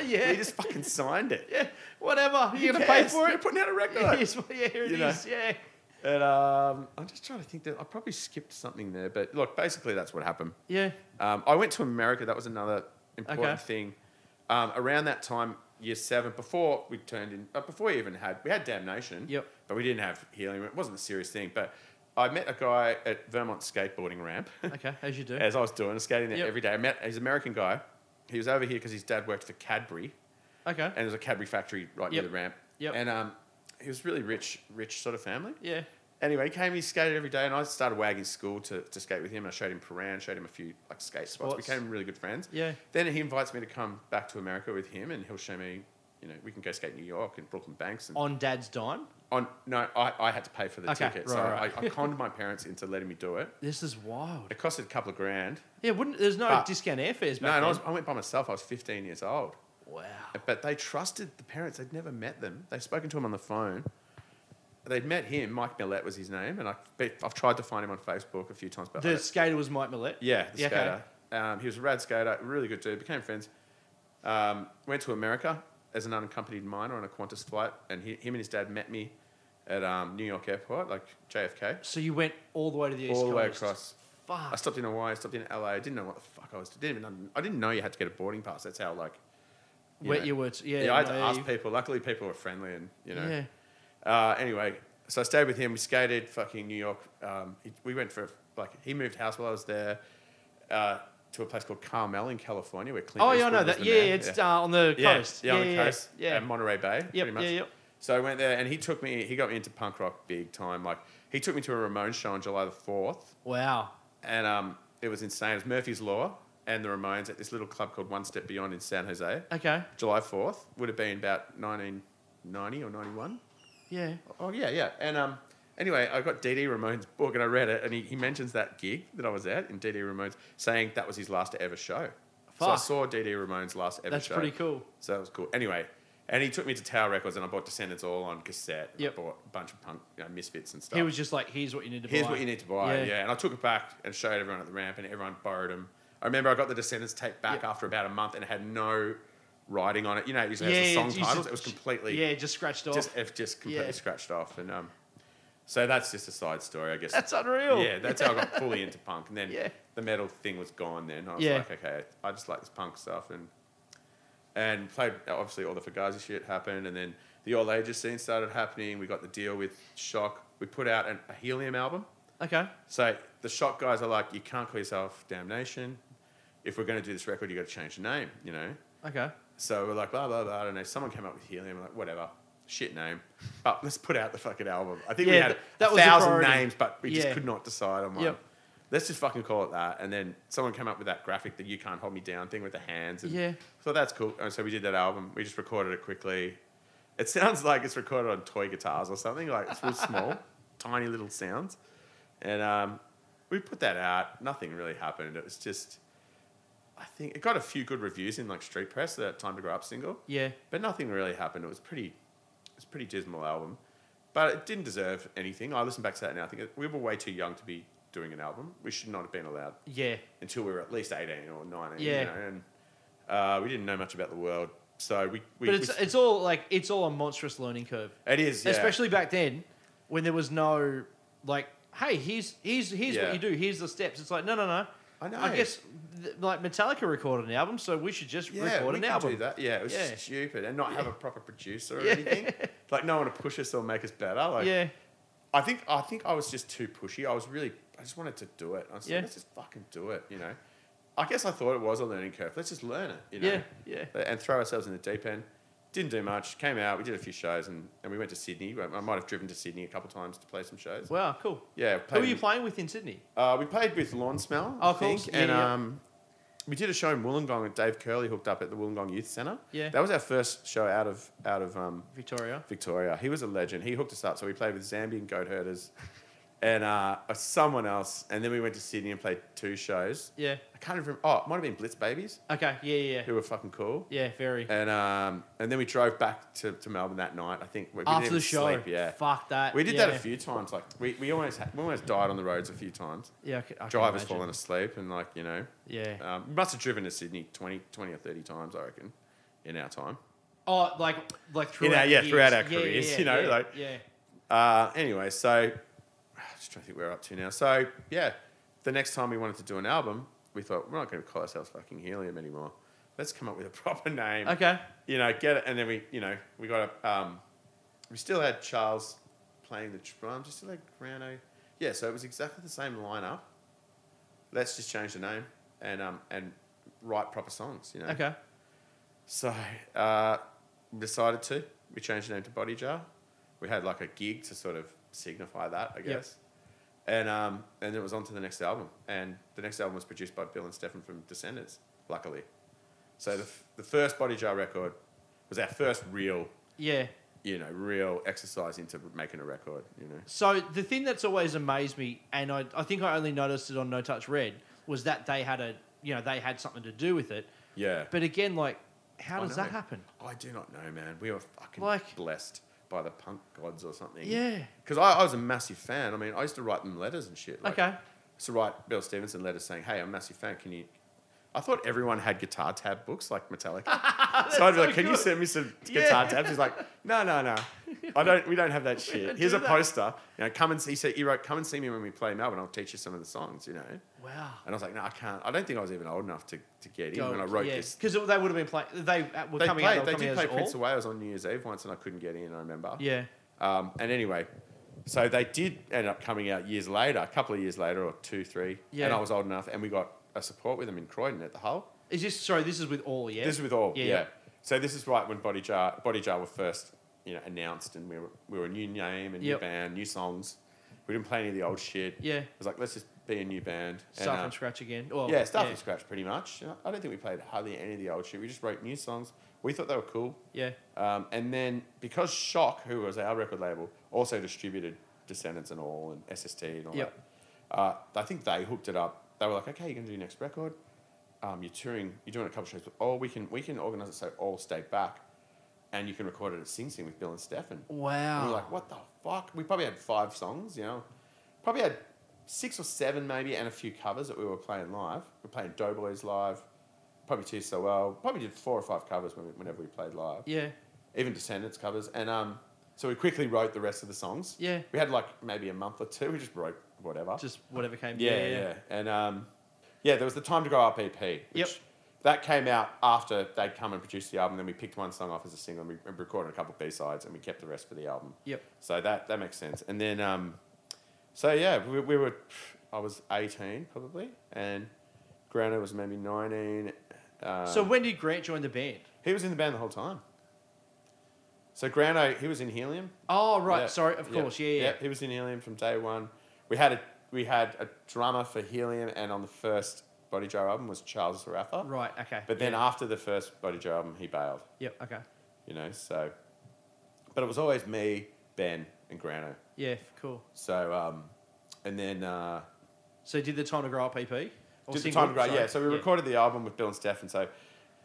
Speaker 1: yeah.
Speaker 2: we just fucking signed it.
Speaker 1: yeah. Whatever. You're
Speaker 2: Who
Speaker 1: gonna pay
Speaker 2: cares?
Speaker 1: for
Speaker 2: You're
Speaker 1: it.
Speaker 2: putting out a record.
Speaker 1: Yes, well, yeah, here it is.
Speaker 2: You know.
Speaker 1: Yeah.
Speaker 2: And um, I'm just trying to think that I probably skipped something there, but look, basically that's what happened.
Speaker 1: Yeah.
Speaker 2: Um, I went to America. That was another important
Speaker 1: Okay.
Speaker 2: thing. Um, around that time, year seven, before we turned in, uh, before we even had, we had damnation.
Speaker 1: Yep.
Speaker 2: But we didn't have healing. It wasn't a serious thing. But I met a guy at Vermont skateboarding ramp.
Speaker 1: Okay, as you do.
Speaker 2: as I was doing skating there
Speaker 1: Yep.
Speaker 2: every day. I met he's an American guy. He was over here because his dad worked for Cadbury
Speaker 1: okay.
Speaker 2: and there's a Cadbury factory right near
Speaker 1: Yep.
Speaker 2: the ramp.
Speaker 1: Yep.
Speaker 2: And um, he was really rich, rich sort of family.
Speaker 1: yeah.
Speaker 2: Anyway, he came, he skated every day, and I started wagging school to, to skate with him. I showed him Paran, showed him a few like skate spots.
Speaker 1: Spots.
Speaker 2: Became really good friends.
Speaker 1: Yeah.
Speaker 2: Then he invites me to come back to America with him, and he'll show me, you know, we can go skate in New York and Brooklyn Banks. And on,
Speaker 1: On dad's dime.
Speaker 2: no, I, I had to pay for the
Speaker 1: Okay,
Speaker 2: ticket,
Speaker 1: right,
Speaker 2: so
Speaker 1: right.
Speaker 2: I, I conned my parents into letting me do it.
Speaker 1: This is wild.
Speaker 2: It costed a couple of grand.
Speaker 1: Yeah, wouldn't there's no
Speaker 2: But-
Speaker 1: discount airfares
Speaker 2: No,
Speaker 1: back
Speaker 2: and I,
Speaker 1: then.
Speaker 2: was, I went by myself. I was 15 years old.
Speaker 1: Wow.
Speaker 2: But they trusted the parents. They'd never met them. They'd spoken to him on the phone. They'd met him. Mike Millett was his name, and I, I've tried to find him on Facebook a few times. But
Speaker 1: The
Speaker 2: I don't-
Speaker 1: skater was Mike Millett.
Speaker 2: yeah, the
Speaker 1: okay.
Speaker 2: skater. Um, he was a rad skater, really good dude. Became friends. Um, went to America as an unaccompanied minor on a Qantas flight, and he, him and his dad met me at um, New York Airport, like JFK.
Speaker 1: So you went all the way to the east
Speaker 2: All the way
Speaker 1: coast.
Speaker 2: across. I
Speaker 1: Fuck.
Speaker 2: stopped in Hawaii. I stopped in LA. I didn't know what the fuck I was. Didn't even. know- I didn't know you had to get a boarding pass. That's how like. you
Speaker 1: Wet
Speaker 2: know,
Speaker 1: your words. Yeah.
Speaker 2: yeah, I had to
Speaker 1: no,
Speaker 2: ask
Speaker 1: you-
Speaker 2: people. Luckily, people were friendly, and you know.
Speaker 1: Yeah.
Speaker 2: Uh, anyway, so I stayed with him. We skated fucking New York. Um, he, we went for like he moved house while I was there uh, to a place called Carmel in California, where Clint
Speaker 1: Oh yeah, I
Speaker 2: Eastwood
Speaker 1: know
Speaker 2: was
Speaker 1: that.
Speaker 2: the
Speaker 1: Yeah,
Speaker 2: man.
Speaker 1: it's Uh, on the
Speaker 2: yeah,
Speaker 1: coast.
Speaker 2: yeah, on the
Speaker 1: yeah,
Speaker 2: coast,
Speaker 1: Yeah.
Speaker 2: uh, Monterey Bay, pretty much.
Speaker 1: yeah, yep.
Speaker 2: So I went there, and he took me. He got me into punk rock big time. Like he took me to a Ramones show on July the fourth,
Speaker 1: Wow.
Speaker 2: and um, it was insane. It was Murphy's Law and the Ramones at this little club called One Step Beyond in San Jose.
Speaker 1: Okay.
Speaker 2: July 4th would have been about 1990 or 91.
Speaker 1: Yeah.
Speaker 2: Oh, yeah, yeah. And um, anyway, I got DD Ramone's book and I read it, and he, he mentions that gig that I was at in DD Ramone's, saying that was his last ever show. So I
Speaker 1: Fuck.
Speaker 2: saw DD Ramone's last ever
Speaker 1: That's
Speaker 2: show.
Speaker 1: pretty cool.
Speaker 2: So that was cool. Anyway, and he took me to Tower Records, and I bought Descendants all on cassette. and
Speaker 1: Yep.
Speaker 2: I bought a bunch of punk you know, misfits and stuff.
Speaker 1: He was just like, here's what you need to
Speaker 2: Oh. Here's
Speaker 1: buy.
Speaker 2: what you need to buy.
Speaker 1: Yeah.
Speaker 2: Yeah. And I took it back and showed everyone at the ramp, and everyone borrowed them. I remember I got the Descendants tape back
Speaker 1: Yeah.
Speaker 2: after about a month and it had no writing on it. You know, it usually has the
Speaker 1: yeah,
Speaker 2: song
Speaker 1: it's used to-
Speaker 2: titles. It was completely,
Speaker 1: Yeah, just scratched off.
Speaker 2: just, it just completely
Speaker 1: Yeah.
Speaker 2: scratched off. And um, so that's just a side story, I guess.
Speaker 1: That's unreal.
Speaker 2: Yeah, that's how I got fully into punk. And then
Speaker 1: Yeah.
Speaker 2: the metal thing was gone then. I was
Speaker 1: Yeah.
Speaker 2: like, okay, I just like this punk stuff. And and played, obviously, all the Fugazi shit happened. And then the all ages scene started happening. We got the deal with Shock. We put out an, a Helium album.
Speaker 1: Okay.
Speaker 2: So the shock guys are like, you can't call yourself Damnation. If we're going to do this record, you got to change the name, you know?
Speaker 1: Okay.
Speaker 2: So we're like, blah, blah, blah. I don't know. Someone came up with Helium. I'm like, whatever. Shit name. But let's put out the fucking album. I think we
Speaker 1: Yeah,
Speaker 2: had
Speaker 1: th- that
Speaker 2: a
Speaker 1: was the
Speaker 2: thousand
Speaker 1: priority.
Speaker 2: names, but we just
Speaker 1: Yeah.
Speaker 2: could not decide on one.
Speaker 1: Yep.
Speaker 2: Let's just fucking call it that. And then someone came up with that graphic that you can't hold me down thing with the hands. And
Speaker 1: Yeah.
Speaker 2: So that's cool. And so we did that album. We just recorded it quickly. It sounds like it's recorded on toy guitars or something. Like it's real small, tiny little sounds. And um, we put that out. Nothing really happened. It was just, I think it got a few good reviews in like street press. That time to grow up single.
Speaker 1: Yeah.
Speaker 2: But nothing really happened. It was pretty, it was a pretty dismal album, but it didn't deserve anything. I listen back to that now. I think it- we were way too young to be doing an album. We should not have been allowed
Speaker 1: Yeah.
Speaker 2: until we were at least eighteen or nineteen. you
Speaker 1: Yeah.
Speaker 2: know, and uh, we didn't know much about the world, so we. we
Speaker 1: But it's
Speaker 2: we-
Speaker 1: it's all like it's all a monstrous learning curve.
Speaker 2: it is, yeah.
Speaker 1: especially back then when there was no like hey here's here's here's
Speaker 2: Yeah.
Speaker 1: what you do here's the steps it's like no no no
Speaker 2: I know.
Speaker 1: i guess th- like metallica recorded an album so we should just
Speaker 2: Yeah,
Speaker 1: record
Speaker 2: we
Speaker 1: an
Speaker 2: can
Speaker 1: album
Speaker 2: do that. Yeah, it was
Speaker 1: Yeah.
Speaker 2: stupid, and not have a proper producer or
Speaker 1: Yeah.
Speaker 2: anything. Like no one to push us or make us better. Like
Speaker 1: yeah
Speaker 2: I think I think I was just too pushy. I was really I just wanted to do it. I was
Speaker 1: Yeah.
Speaker 2: like, let's just fucking do it, you know. I guess I thought it was a learning curve. Let's just learn it, you know.
Speaker 1: Yeah, yeah.
Speaker 2: And throw ourselves in the deep end. Didn't do much. Came out. We did a few shows, and, and we went to Sydney. I I might have driven to Sydney a couple times to play some shows.
Speaker 1: wow cool
Speaker 2: yeah.
Speaker 1: who
Speaker 2: played
Speaker 1: were you
Speaker 2: in-
Speaker 1: playing with in sydney
Speaker 2: uh, we played with Lawn Smell,
Speaker 1: Oh,
Speaker 2: I
Speaker 1: cool.
Speaker 2: think,
Speaker 1: Yeah,
Speaker 2: and
Speaker 1: yeah.
Speaker 2: um, we did a show in Wollongong that Dave Curley hooked up at the Wollongong Youth Centre.
Speaker 1: Yeah.
Speaker 2: that was our first show out of out of um,
Speaker 1: victoria
Speaker 2: Victoria. He was a legend. He hooked us up. So we played with Zambian goat herders and uh, someone else, and then we went to Sydney and played two shows.
Speaker 1: yeah
Speaker 2: I can't even remember. Oh, it might have been Blitz Babies,
Speaker 1: okay yeah yeah yeah,
Speaker 2: who were fucking cool.
Speaker 1: yeah very
Speaker 2: And um, and then we drove back to, to Melbourne that night. I think we, we
Speaker 1: after
Speaker 2: didn't
Speaker 1: the
Speaker 2: even
Speaker 1: show
Speaker 2: Sleep. Yeah,
Speaker 1: fuck that
Speaker 2: we did
Speaker 1: yeah.
Speaker 2: that a few times. Like we, we almost had, we almost died on the roads a few times.
Speaker 1: yeah I c- I can
Speaker 2: Drivers
Speaker 1: imagine.
Speaker 2: falling asleep and like you know,
Speaker 1: yeah
Speaker 2: um, we must have driven to Sydney 20, 20 or thirty times I reckon, in our time.
Speaker 1: oh like like throughout
Speaker 2: yeah,
Speaker 1: the
Speaker 2: throughout
Speaker 1: years.
Speaker 2: our
Speaker 1: Yeah, yeah,
Speaker 2: careers,
Speaker 1: yeah,
Speaker 2: you know,
Speaker 1: yeah,
Speaker 2: like-
Speaker 1: yeah
Speaker 2: Uh, anyway, so just trying to think where we're up to now. So yeah, the next time we wanted to do an album, we thought we're not going to call ourselves fucking Helium anymore. Let's come up with a proper name.
Speaker 1: Okay.
Speaker 2: You know, get it, and then we, you know, we got a. Um, we still had Charles playing the drums. We still had Grano. Yeah, so it was exactly the same lineup. Let's just change the name and um and write proper songs. You know.
Speaker 1: Okay.
Speaker 2: So uh, decided to. We changed the name to Body Jar. We had like a gig to sort of signify that, I guess. And um, and it was on to the next album. And the next album was produced by Bill and Stefan from Descendants, luckily. So the, f- the first Body Jar record was our first real,
Speaker 1: Yeah.
Speaker 2: you know, real exercise into making a record, you know.
Speaker 1: So the thing that's always amazed me, and I, I think I only noticed it on No Touch Red, was that they had a you know they had something to do with it.
Speaker 2: Yeah.
Speaker 1: But again, like, how
Speaker 2: I
Speaker 1: does that
Speaker 2: know.
Speaker 1: happen?
Speaker 2: I do not know, man. We were fucking
Speaker 1: Like-
Speaker 2: blessed by the punk gods or something.
Speaker 1: Yeah.
Speaker 2: Because I, I was a massive fan. I mean, I used to write them letters and shit. Like,
Speaker 1: Okay.
Speaker 2: I used to write Bill Stevenson letters saying, hey, I'm a massive fan. Can you. I thought everyone had guitar tab books like Metallica. so I'd be
Speaker 1: so
Speaker 2: like, can you
Speaker 1: good.
Speaker 2: send me some
Speaker 1: Yeah.
Speaker 2: guitar tabs? He's like, no, no, no. I don't, we don't have that
Speaker 1: don't
Speaker 2: shit. Here's
Speaker 1: do
Speaker 2: a
Speaker 1: that."
Speaker 2: poster. You know, come and see. He, said, he wrote, come and see me when we play Melbourne. I'll teach you some of the songs, you know.
Speaker 1: Wow.
Speaker 2: And I was like, no, I can't. I don't think I was even old enough to, to get in when I wrote this
Speaker 1: because they would have been playing. They uh, were
Speaker 2: they
Speaker 1: coming
Speaker 2: played,
Speaker 1: out.
Speaker 2: they
Speaker 1: They, were coming
Speaker 2: did play
Speaker 1: out as
Speaker 2: Prince
Speaker 1: all.
Speaker 2: of Wales on New Year's Eve once, and I couldn't get in. I remember.
Speaker 1: Yeah.
Speaker 2: Um, and anyway, so they did end up coming out years later, a couple of years later, or two, three.
Speaker 1: Yeah.
Speaker 2: And I was old enough, and we got a support with them in Croydon at the Hull.
Speaker 1: Is this sorry? This is with all. Yeah.
Speaker 2: This is with all,
Speaker 1: Yeah,
Speaker 2: yeah.
Speaker 1: yeah.
Speaker 2: So this is right when Body Jar, Body Jar were first, you know, announced, and we were we were a new name, a new
Speaker 1: Yep.
Speaker 2: band, new songs. We didn't play any of the old shit.
Speaker 1: Yeah.
Speaker 2: It was like let's just be a new band. And,
Speaker 1: Start
Speaker 2: um,
Speaker 1: from scratch again. Well,
Speaker 2: yeah, start from scratch, pretty much. I don't think we played hardly any of the old shit. We just wrote new songs. We thought they were cool.
Speaker 1: Yeah.
Speaker 2: Um, and then because Shock, who was our record label, also distributed Descendants and all and SST and all
Speaker 1: Yep.
Speaker 2: that, uh, I think they hooked it up. They were like, okay, you're going to do your next record. Um, you're touring, you're doing a couple shows, but all we can we can organize it so all stay back and you can record it at Sing Sing with Bill and Stefan. And
Speaker 1: Wow.
Speaker 2: we're like, what the fuck? We probably had five songs, you know, probably had six or seven maybe, and a few covers that we were playing live. We were playing Doughboys live, probably Tears So Well, probably did four or five covers when we- whenever we played live,
Speaker 1: Yeah.
Speaker 2: even Descendants covers. And um, so we quickly wrote the rest of the songs.
Speaker 1: Yeah.
Speaker 2: We had like maybe a month or two. We just wrote whatever.
Speaker 1: Just whatever came.
Speaker 2: yeah, yeah, And um, yeah, there was the Time to Grow RPP. Which
Speaker 1: Yep.
Speaker 2: That came out after they'd come and produced the album. Then we picked one song off as a single and we recorded a couple B sides and we kept the rest for the album.
Speaker 1: Yep.
Speaker 2: So that that makes sense. And then, um, so yeah, we, we were. I was eighteen probably, and Grano was maybe nineteen. Um,
Speaker 1: So when did Grant join the band?
Speaker 2: he was in the band the whole time. So Grano, he was in Helium.
Speaker 1: Oh right,
Speaker 2: Yeah.
Speaker 1: sorry, of
Speaker 2: Yeah.
Speaker 1: course, yeah, yeah.
Speaker 2: He was in Helium from day one. We had a we had a drummer for Helium, and on the first Body Jar album was Charles Rafa.
Speaker 1: Right, okay.
Speaker 2: But then
Speaker 1: yeah.
Speaker 2: after the first Body Jar album, he bailed.
Speaker 1: Yep, okay.
Speaker 2: You know, so. But it was always me, Ben, and Grano.
Speaker 1: Yeah, cool.
Speaker 2: So, um, and then uh,
Speaker 1: So did the time to grow up EP? Or
Speaker 2: did the
Speaker 1: single,
Speaker 2: time great.
Speaker 1: sorry.
Speaker 2: Yeah, so we recorded the album with Bill and Steph, and so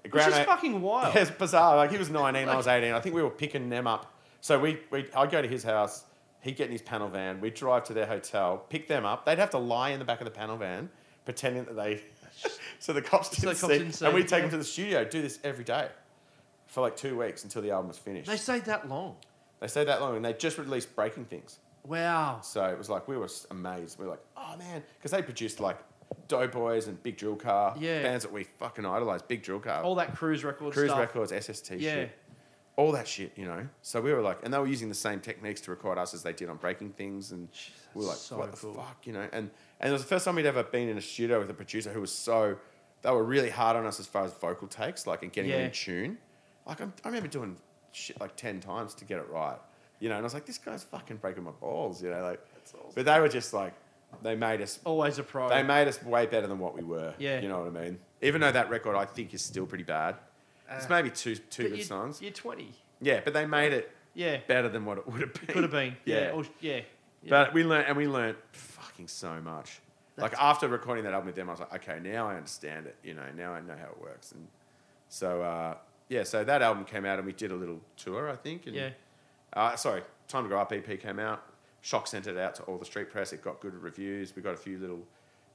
Speaker 1: Which
Speaker 2: Grano.
Speaker 1: is fucking wild.
Speaker 2: Yeah, it's bizarre. Like he was nineteen, I was eighteen. I think we were picking them up. So we, we I'd go to his house. He'd get in his panel van. We'd drive to their hotel, pick them up. They'd have to lie in the back of the panel van, pretending that they. so the cops
Speaker 1: the
Speaker 2: didn't,
Speaker 1: cops
Speaker 2: see,
Speaker 1: didn't see,
Speaker 2: And we'd take
Speaker 1: yeah.
Speaker 2: them to the studio. Do this every day, for like two weeks until the album was finished.
Speaker 1: They stayed that long.
Speaker 2: they stayed that long, and they just released Breaking Things.
Speaker 1: Wow.
Speaker 2: So it was like we were amazed. We were like, oh man, because they produced like Doughboys and Big Drill Car,
Speaker 1: Yeah.
Speaker 2: bands that we fucking idolized. Big Drill Car,
Speaker 1: All that cruise record
Speaker 2: Cruise
Speaker 1: stuff.
Speaker 2: Records, SST,
Speaker 1: Yeah.
Speaker 2: shit, all that shit, you know. So we were like, and they were using the same techniques to record us as they did on Breaking Things, and we were like,
Speaker 1: that's so
Speaker 2: what
Speaker 1: cool.
Speaker 2: the fuck, you know. And and it was the first time we'd ever been in a studio with a producer who was so they were really hard on us as far as vocal takes, like and getting them
Speaker 1: Yeah.
Speaker 2: in tune. Like I'm, I remember doing shit like ten times to get it right, you know. And I was like, this guy's fucking breaking my balls, you know. Like, but they were just like, they made us,
Speaker 1: Always a pro.
Speaker 2: they made us way better than what we were.
Speaker 1: Yeah.
Speaker 2: you know what I mean. Even though that record I think is still pretty bad. it's
Speaker 1: Uh,
Speaker 2: maybe two two
Speaker 1: But
Speaker 2: good
Speaker 1: you're,
Speaker 2: songs.
Speaker 1: You're 20.
Speaker 2: yeah, but they made it
Speaker 1: Yeah.
Speaker 2: better than what it would have been.
Speaker 1: Could have been. Yeah.
Speaker 2: Yeah.
Speaker 1: or- yeah. yeah.
Speaker 2: But we learned, and we learned fucking so much. like
Speaker 1: That's-
Speaker 2: after recording that album with them, I was like, okay, now I understand it. You know, now I know how it works. And so, uh, yeah, so that album came out, and we did a little tour, I think. And,
Speaker 1: Yeah.
Speaker 2: Uh, sorry, Time to Go Up EP came out. Shock sent it out to all the street press. It got good reviews. We got a few little,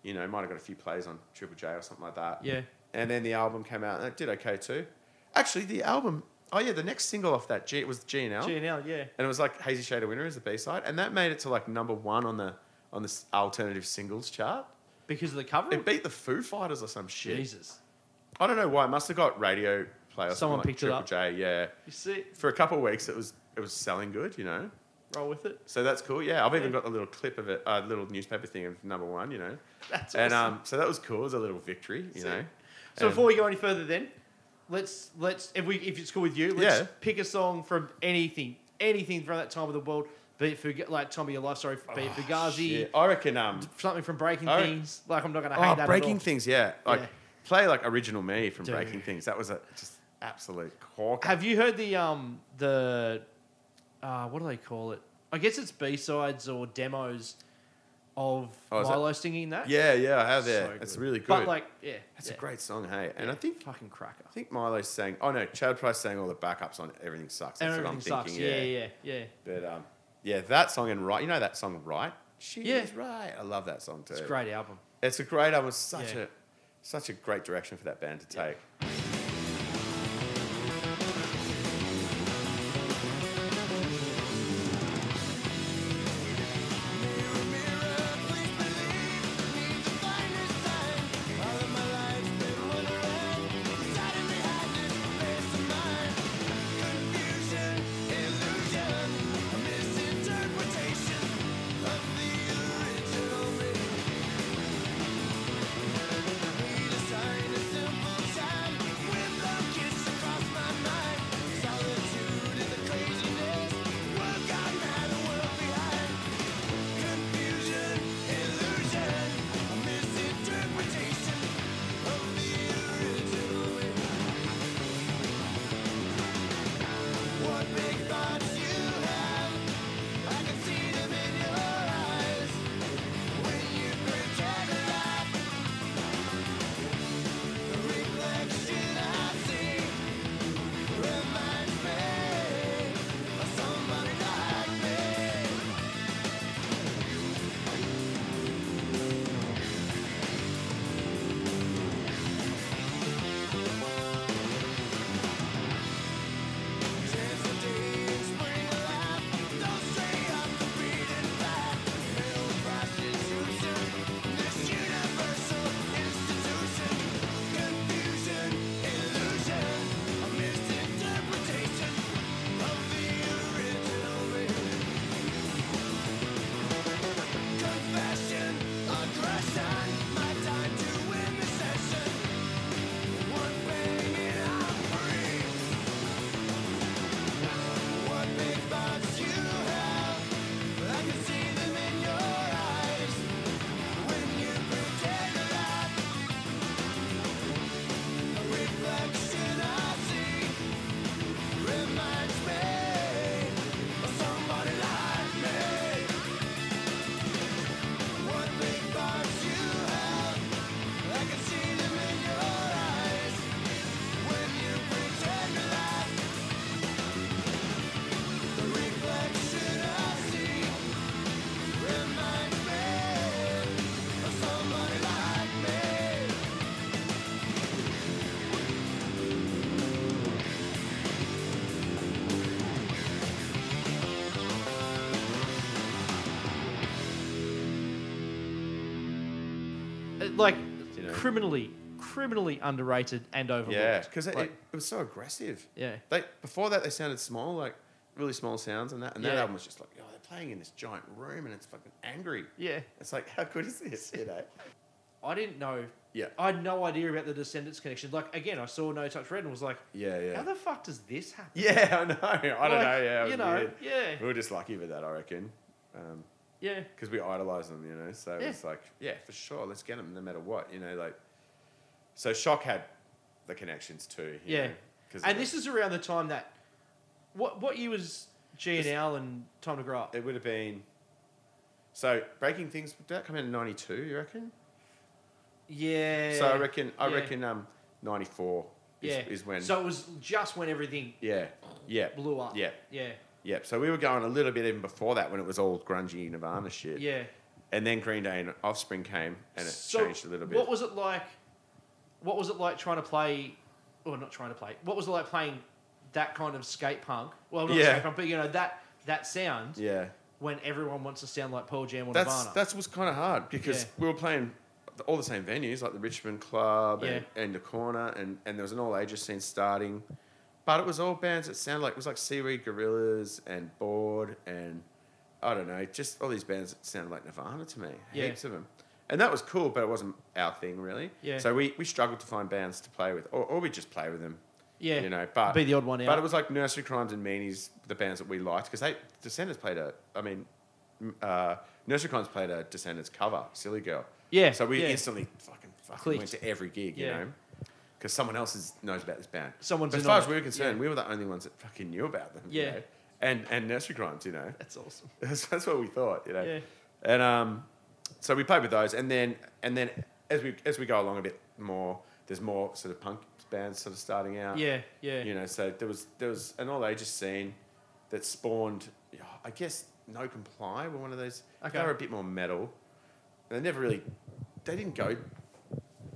Speaker 2: you know, might have got a few plays on Triple J or something like that.
Speaker 1: Yeah.
Speaker 2: And then the album came out, and it did okay too. Actually, the album. Oh yeah, the next single off that G it was G and L
Speaker 1: GNL, yeah.
Speaker 2: and it was like Hazy Shade of Winter is the B side, and that made it to like number one on the on this alternative singles chart.
Speaker 1: Because of the cover?
Speaker 2: It beat the Foo Fighters or some shit.
Speaker 1: Jesus.
Speaker 2: I don't know why. It must have got radio play or
Speaker 1: Someone
Speaker 2: something like
Speaker 1: picked it up.
Speaker 2: Triple J, yeah.
Speaker 1: You see,
Speaker 2: For a couple of weeks, it was it was selling good, you know.
Speaker 1: roll with it.
Speaker 2: So that's cool. Yeah, I've even got the little clip of it, a little newspaper thing of number one, you know.
Speaker 1: That's
Speaker 2: and
Speaker 1: awesome.
Speaker 2: um, so that was cool. It was a little victory, you
Speaker 1: See?
Speaker 2: know.
Speaker 1: So
Speaker 2: And-
Speaker 1: before we go any further, then let's let's if we if it's cool with you, let's
Speaker 2: Yeah.
Speaker 1: pick a song from anything, anything from that time of the world. Be it Fuga- like Tommy, your life story. Be it Fugazi,
Speaker 2: Oh, shit. I reckon um,
Speaker 1: something from Breaking
Speaker 2: Oh.
Speaker 1: Things. Like I'm not gonna hate
Speaker 2: Oh,
Speaker 1: that.
Speaker 2: Breaking
Speaker 1: Things.
Speaker 2: Things, yeah. Like
Speaker 1: Yeah.
Speaker 2: play like original me from
Speaker 1: Dude.
Speaker 2: Breaking Things. That was a just absolute corker.
Speaker 1: Have you heard the um the uh, what do they call it? I guess it's B sides or demos of
Speaker 2: Oh, is that-
Speaker 1: Milo singing that.
Speaker 2: yeah, yeah, I have. Yeah,
Speaker 1: So
Speaker 2: it's really good.
Speaker 1: But like, yeah,
Speaker 2: that's
Speaker 1: yeah.
Speaker 2: a great song, hey. And I think I
Speaker 1: fucking cracker.
Speaker 2: think Milo sang. Oh no, Chad Price sang all the backups on Everything Sucks.
Speaker 1: And
Speaker 2: That's
Speaker 1: everything
Speaker 2: what I'm
Speaker 1: sucks.
Speaker 2: thinking.
Speaker 1: Yeah, yeah, yeah. yeah.
Speaker 2: But um, yeah, that song and right, you know that song, right? She's
Speaker 1: Yeah.
Speaker 2: right. I love that song too.
Speaker 1: It's a great album.
Speaker 2: It's a great album. It's Such
Speaker 1: Yeah.
Speaker 2: a such a great direction for that band to take.
Speaker 1: Uh, Like,
Speaker 2: You know.
Speaker 1: criminally, criminally underrated and overlooked.
Speaker 2: Yeah, because it,
Speaker 1: Like,
Speaker 2: it, it was so aggressive.
Speaker 1: yeah.
Speaker 2: They before that they sounded small, like really small sounds, and that and that
Speaker 1: Yeah.
Speaker 2: album was just like, oh, they're playing in this giant room and it's fucking angry.
Speaker 1: Yeah.
Speaker 2: It's like, how good is this? You know?
Speaker 1: I didn't know.
Speaker 2: Yeah.
Speaker 1: I had no idea about the Descendants connection. Like, again, I saw No Touch Red and was like,
Speaker 2: Yeah, yeah.
Speaker 1: how the fuck does this happen?
Speaker 2: yeah, I know. I don't
Speaker 1: Like,
Speaker 2: know. Yeah, it
Speaker 1: you
Speaker 2: was
Speaker 1: know,
Speaker 2: weird.
Speaker 1: yeah.
Speaker 2: We were just lucky with that, I reckon, because
Speaker 1: Yeah.
Speaker 2: we idolized them, you know. So
Speaker 1: Yeah.
Speaker 2: it's like, yeah, for sure, let's get them no matter what, you know. Like, so Shock had the connections too. you
Speaker 1: Yeah.
Speaker 2: know, 'cause
Speaker 1: And
Speaker 2: it-
Speaker 1: this is around the time that. What what year was G and L and Tom DeGraw?
Speaker 2: it would have been. So Breaking Things did that come out in '92? You reckon?
Speaker 1: Yeah.
Speaker 2: So I reckon I
Speaker 1: Yeah.
Speaker 2: reckon um ninety four is,
Speaker 1: Yeah.
Speaker 2: is when
Speaker 1: So it was just when everything
Speaker 2: yeah yeah
Speaker 1: blew up.
Speaker 2: yeah
Speaker 1: Yeah.
Speaker 2: yeah. So we were going a little bit even before that when it was all grungy Nirvana shit.
Speaker 1: Yeah.
Speaker 2: And then Green Day and Offspring came and it
Speaker 1: So
Speaker 2: changed a little bit.
Speaker 1: What was it like? What was it like trying to play, or not trying to play? What was it like playing that kind of skate punk? Well, not
Speaker 2: Yeah.
Speaker 1: skate punk, but you know that that sound
Speaker 2: yeah.
Speaker 1: when everyone wants to sound like Pearl Jam or
Speaker 2: That's
Speaker 1: Nirvana.
Speaker 2: that's what's kind of hard because
Speaker 1: Yeah.
Speaker 2: we were playing all the same venues like the Richmond Club and,
Speaker 1: Yeah.
Speaker 2: and the Corner, and, and there was an all ages scene starting, but it was all bands that sounded like it was like Seaweed Gorillas and Bored and I don't know, just all these bands that sounded like Nirvana to me,
Speaker 1: Yeah.
Speaker 2: heaps of them. And that was cool, but it wasn't our thing really.
Speaker 1: Yeah.
Speaker 2: So we, we struggled to find bands to play with, or, or we just play with them.
Speaker 1: yeah,
Speaker 2: You know, but
Speaker 1: be the odd one out.
Speaker 2: But it was like Nursery Crimes and Meanies, the bands that we liked, because they Descendants played a. I mean, m- uh, Nursery Crimes played a Descendants cover, Silly Girl.
Speaker 1: Yeah,
Speaker 2: So we
Speaker 1: yeah.
Speaker 2: instantly fucking fucking
Speaker 1: Clicked.
Speaker 2: went to every gig,
Speaker 1: Yeah.
Speaker 2: you know, because someone else is, knows about this band.
Speaker 1: Someone's
Speaker 2: But as
Speaker 1: in
Speaker 2: far
Speaker 1: on
Speaker 2: as
Speaker 1: it,
Speaker 2: we were concerned, we were the only ones that fucking knew about them. you
Speaker 1: Yeah.
Speaker 2: know? And and Nursery Crimes, you know.
Speaker 1: that's awesome.
Speaker 2: That's, that's what we thought, you know.
Speaker 1: Yeah.
Speaker 2: And um, so we played with those, and then and then as we as we go along a bit more, there's more sort of punk bands sort of starting out.
Speaker 1: Yeah, yeah,
Speaker 2: Uh, You know, so there was there was an all ages scene that spawned. yeah, I guess No Comply were one of those.
Speaker 1: Okay.
Speaker 2: They were a bit more metal. They never really. They didn't go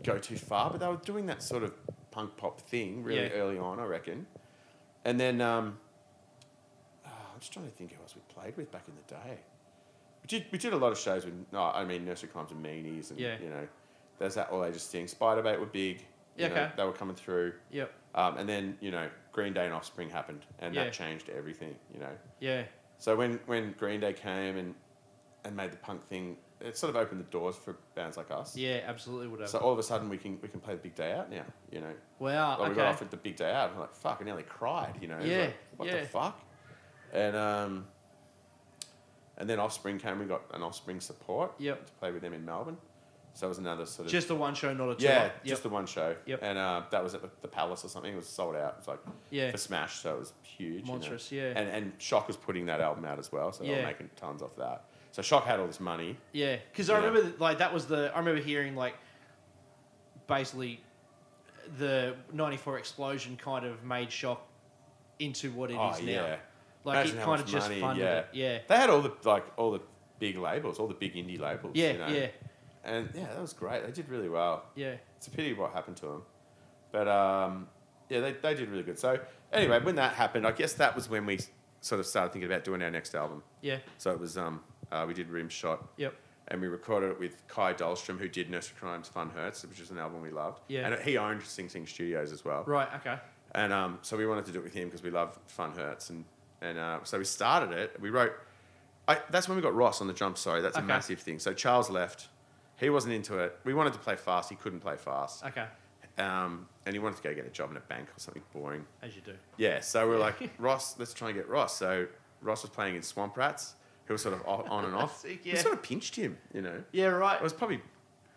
Speaker 2: go too far, but they were doing that sort of punk pop thing really
Speaker 1: Yeah.
Speaker 2: early on, I reckson. And then um, oh, I'm just trying to think who else we played with back in the day. We did we did a lot of shows with. No, I mean Nursery Crimes and Meanies, and
Speaker 1: Yeah.
Speaker 2: you know, there's that all ages thing. Spider Bait were big. you
Speaker 1: Yeah,
Speaker 2: know,
Speaker 1: okay.
Speaker 2: they were coming through.
Speaker 1: yep,
Speaker 2: Um, and then you know, Green Day and Offspring happened, and
Speaker 1: Yeah.
Speaker 2: that changed everything. You know,
Speaker 1: yeah,
Speaker 2: so when when Green Day came and and made the punk thing, it sort of opened the doors for bands like us.
Speaker 1: yeah, absolutely would have.
Speaker 2: So all of a sudden we can we can play the big day out now. You know,
Speaker 1: wow,
Speaker 2: like we got
Speaker 1: Uh, okay,
Speaker 2: offered the big day out. I'm like, fuck, I nearly cried. You know, It was
Speaker 1: Yeah,
Speaker 2: like, what
Speaker 1: yeah.
Speaker 2: the fuck? And um, and then Offspring came. We got an Offspring support.
Speaker 1: Yep.
Speaker 2: to play with them in Melbourne. So it was another sort of
Speaker 1: just the one show, not a tour.
Speaker 2: yeah,
Speaker 1: Yep.
Speaker 2: just the one show.
Speaker 1: Yep.
Speaker 2: And uh, that was at the, the Palace or something. It was sold out. It was like
Speaker 1: Yeah.
Speaker 2: for Smash, so it was huge. you know.
Speaker 1: Monstrous, yeah.
Speaker 2: And and Shock was putting that album out as well, so they
Speaker 1: Yeah.
Speaker 2: were making tons off that. So Shock had all this money.
Speaker 1: Yeah, because I
Speaker 2: Yeah.
Speaker 1: remember that, like that was the I remember hearing like basically the '94 explosion kind of made shock into what it is
Speaker 2: Oh,
Speaker 1: now.
Speaker 2: yeah.
Speaker 1: Like
Speaker 2: Imagine
Speaker 1: it
Speaker 2: how
Speaker 1: kind of
Speaker 2: much
Speaker 1: just
Speaker 2: money,
Speaker 1: funded
Speaker 2: yeah.
Speaker 1: it. Yeah,
Speaker 2: They had all the like all the big labels, all the big indie labels.
Speaker 1: Yeah,
Speaker 2: you know.
Speaker 1: yeah.
Speaker 2: And yeah, that was great. They did really well.
Speaker 1: yeah,
Speaker 2: It's a pity what happened to them, but um, yeah, they they did really good. So anyway, when that happened, I guess that was when we s- sort of started thinking about doing our next album.
Speaker 1: yeah,
Speaker 2: So it was um, uh, we did Rim Shot.
Speaker 1: yep,
Speaker 2: and we recorded it with Kai Dahlstrom, who did Nursery Crimes Fun Hurts, which is an album we loved.
Speaker 1: Yeah.
Speaker 2: And he owned Sing Sing Studios as well.
Speaker 1: right, okay,
Speaker 2: And um, so we wanted to do it with him because we love Fun Hurts. And, and uh, so we started it. We wrote, I, that's when we got Ross on the drums, sorry. That's
Speaker 1: Okay.
Speaker 2: a massive thing. So Charles left. He wasn't into it. We wanted to play fast. He couldn't play fast.
Speaker 1: okay,
Speaker 2: Um, and he wanted to go get a job in a bank or something boring.
Speaker 1: as you do.
Speaker 2: Yeah, so we're like, Ross, let's try and get Ross. So Ross was playing in Swamp Rats, who was sort of o- on and off.
Speaker 1: Sick,
Speaker 2: We
Speaker 1: yeah.
Speaker 2: sort of pinched him, you know.
Speaker 1: Yeah, right.
Speaker 2: It was probably,